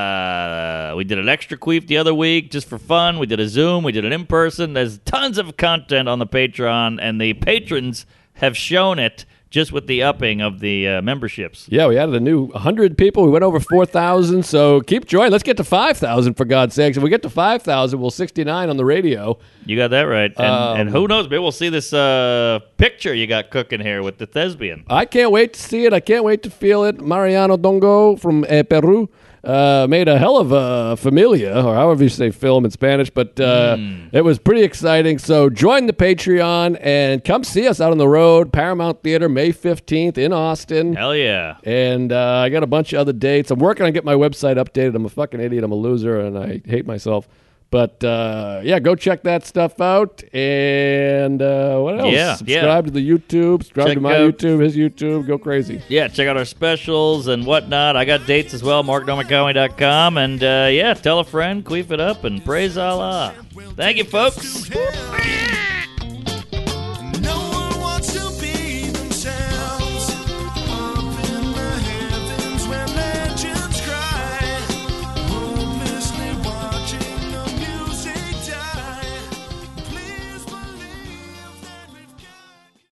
[SPEAKER 2] Uh, we did an extra queef the other week just for fun. We did a Zoom. We did an in person. There's tons of content on the Patreon, and the patrons have shown it just with the upping of the uh, memberships.
[SPEAKER 1] Yeah, we added a new 100 people. We went over 4,000. So keep joining. Let's get to 5,000, for God's sakes. If we get to 5,000, we'll 69 on the radio.
[SPEAKER 2] You got that right. And, and who knows? Maybe we'll see this uh, picture you got cooking here with the thespian.
[SPEAKER 1] I can't wait to see it. I can't wait to feel it. Mariano Dongo from uh, Peru uh, made a hell of a familia, or however you say film in Spanish, but uh, it was pretty exciting. So join the Patreon and come see us out on the road, Paramount Theater, May 15th in Austin.
[SPEAKER 2] Hell yeah.
[SPEAKER 1] And uh, I got a bunch of other dates. I'm working on getting my website updated. I'm a fucking idiot. I'm a loser, and I hate myself. But uh, yeah, go check that stuff out. And uh, what else?
[SPEAKER 2] Yeah,
[SPEAKER 1] subscribe to the YouTube. Subscribe
[SPEAKER 2] Check
[SPEAKER 1] to my
[SPEAKER 2] out-
[SPEAKER 1] YouTube, his YouTube. Go crazy.
[SPEAKER 2] Yeah, check out our specials and whatnot. I got dates as well, markdomicomedy.com. And uh, yeah, tell a friend, queef it up, and praise Allah. Thank you, folks.
[SPEAKER 3] Hell yeah.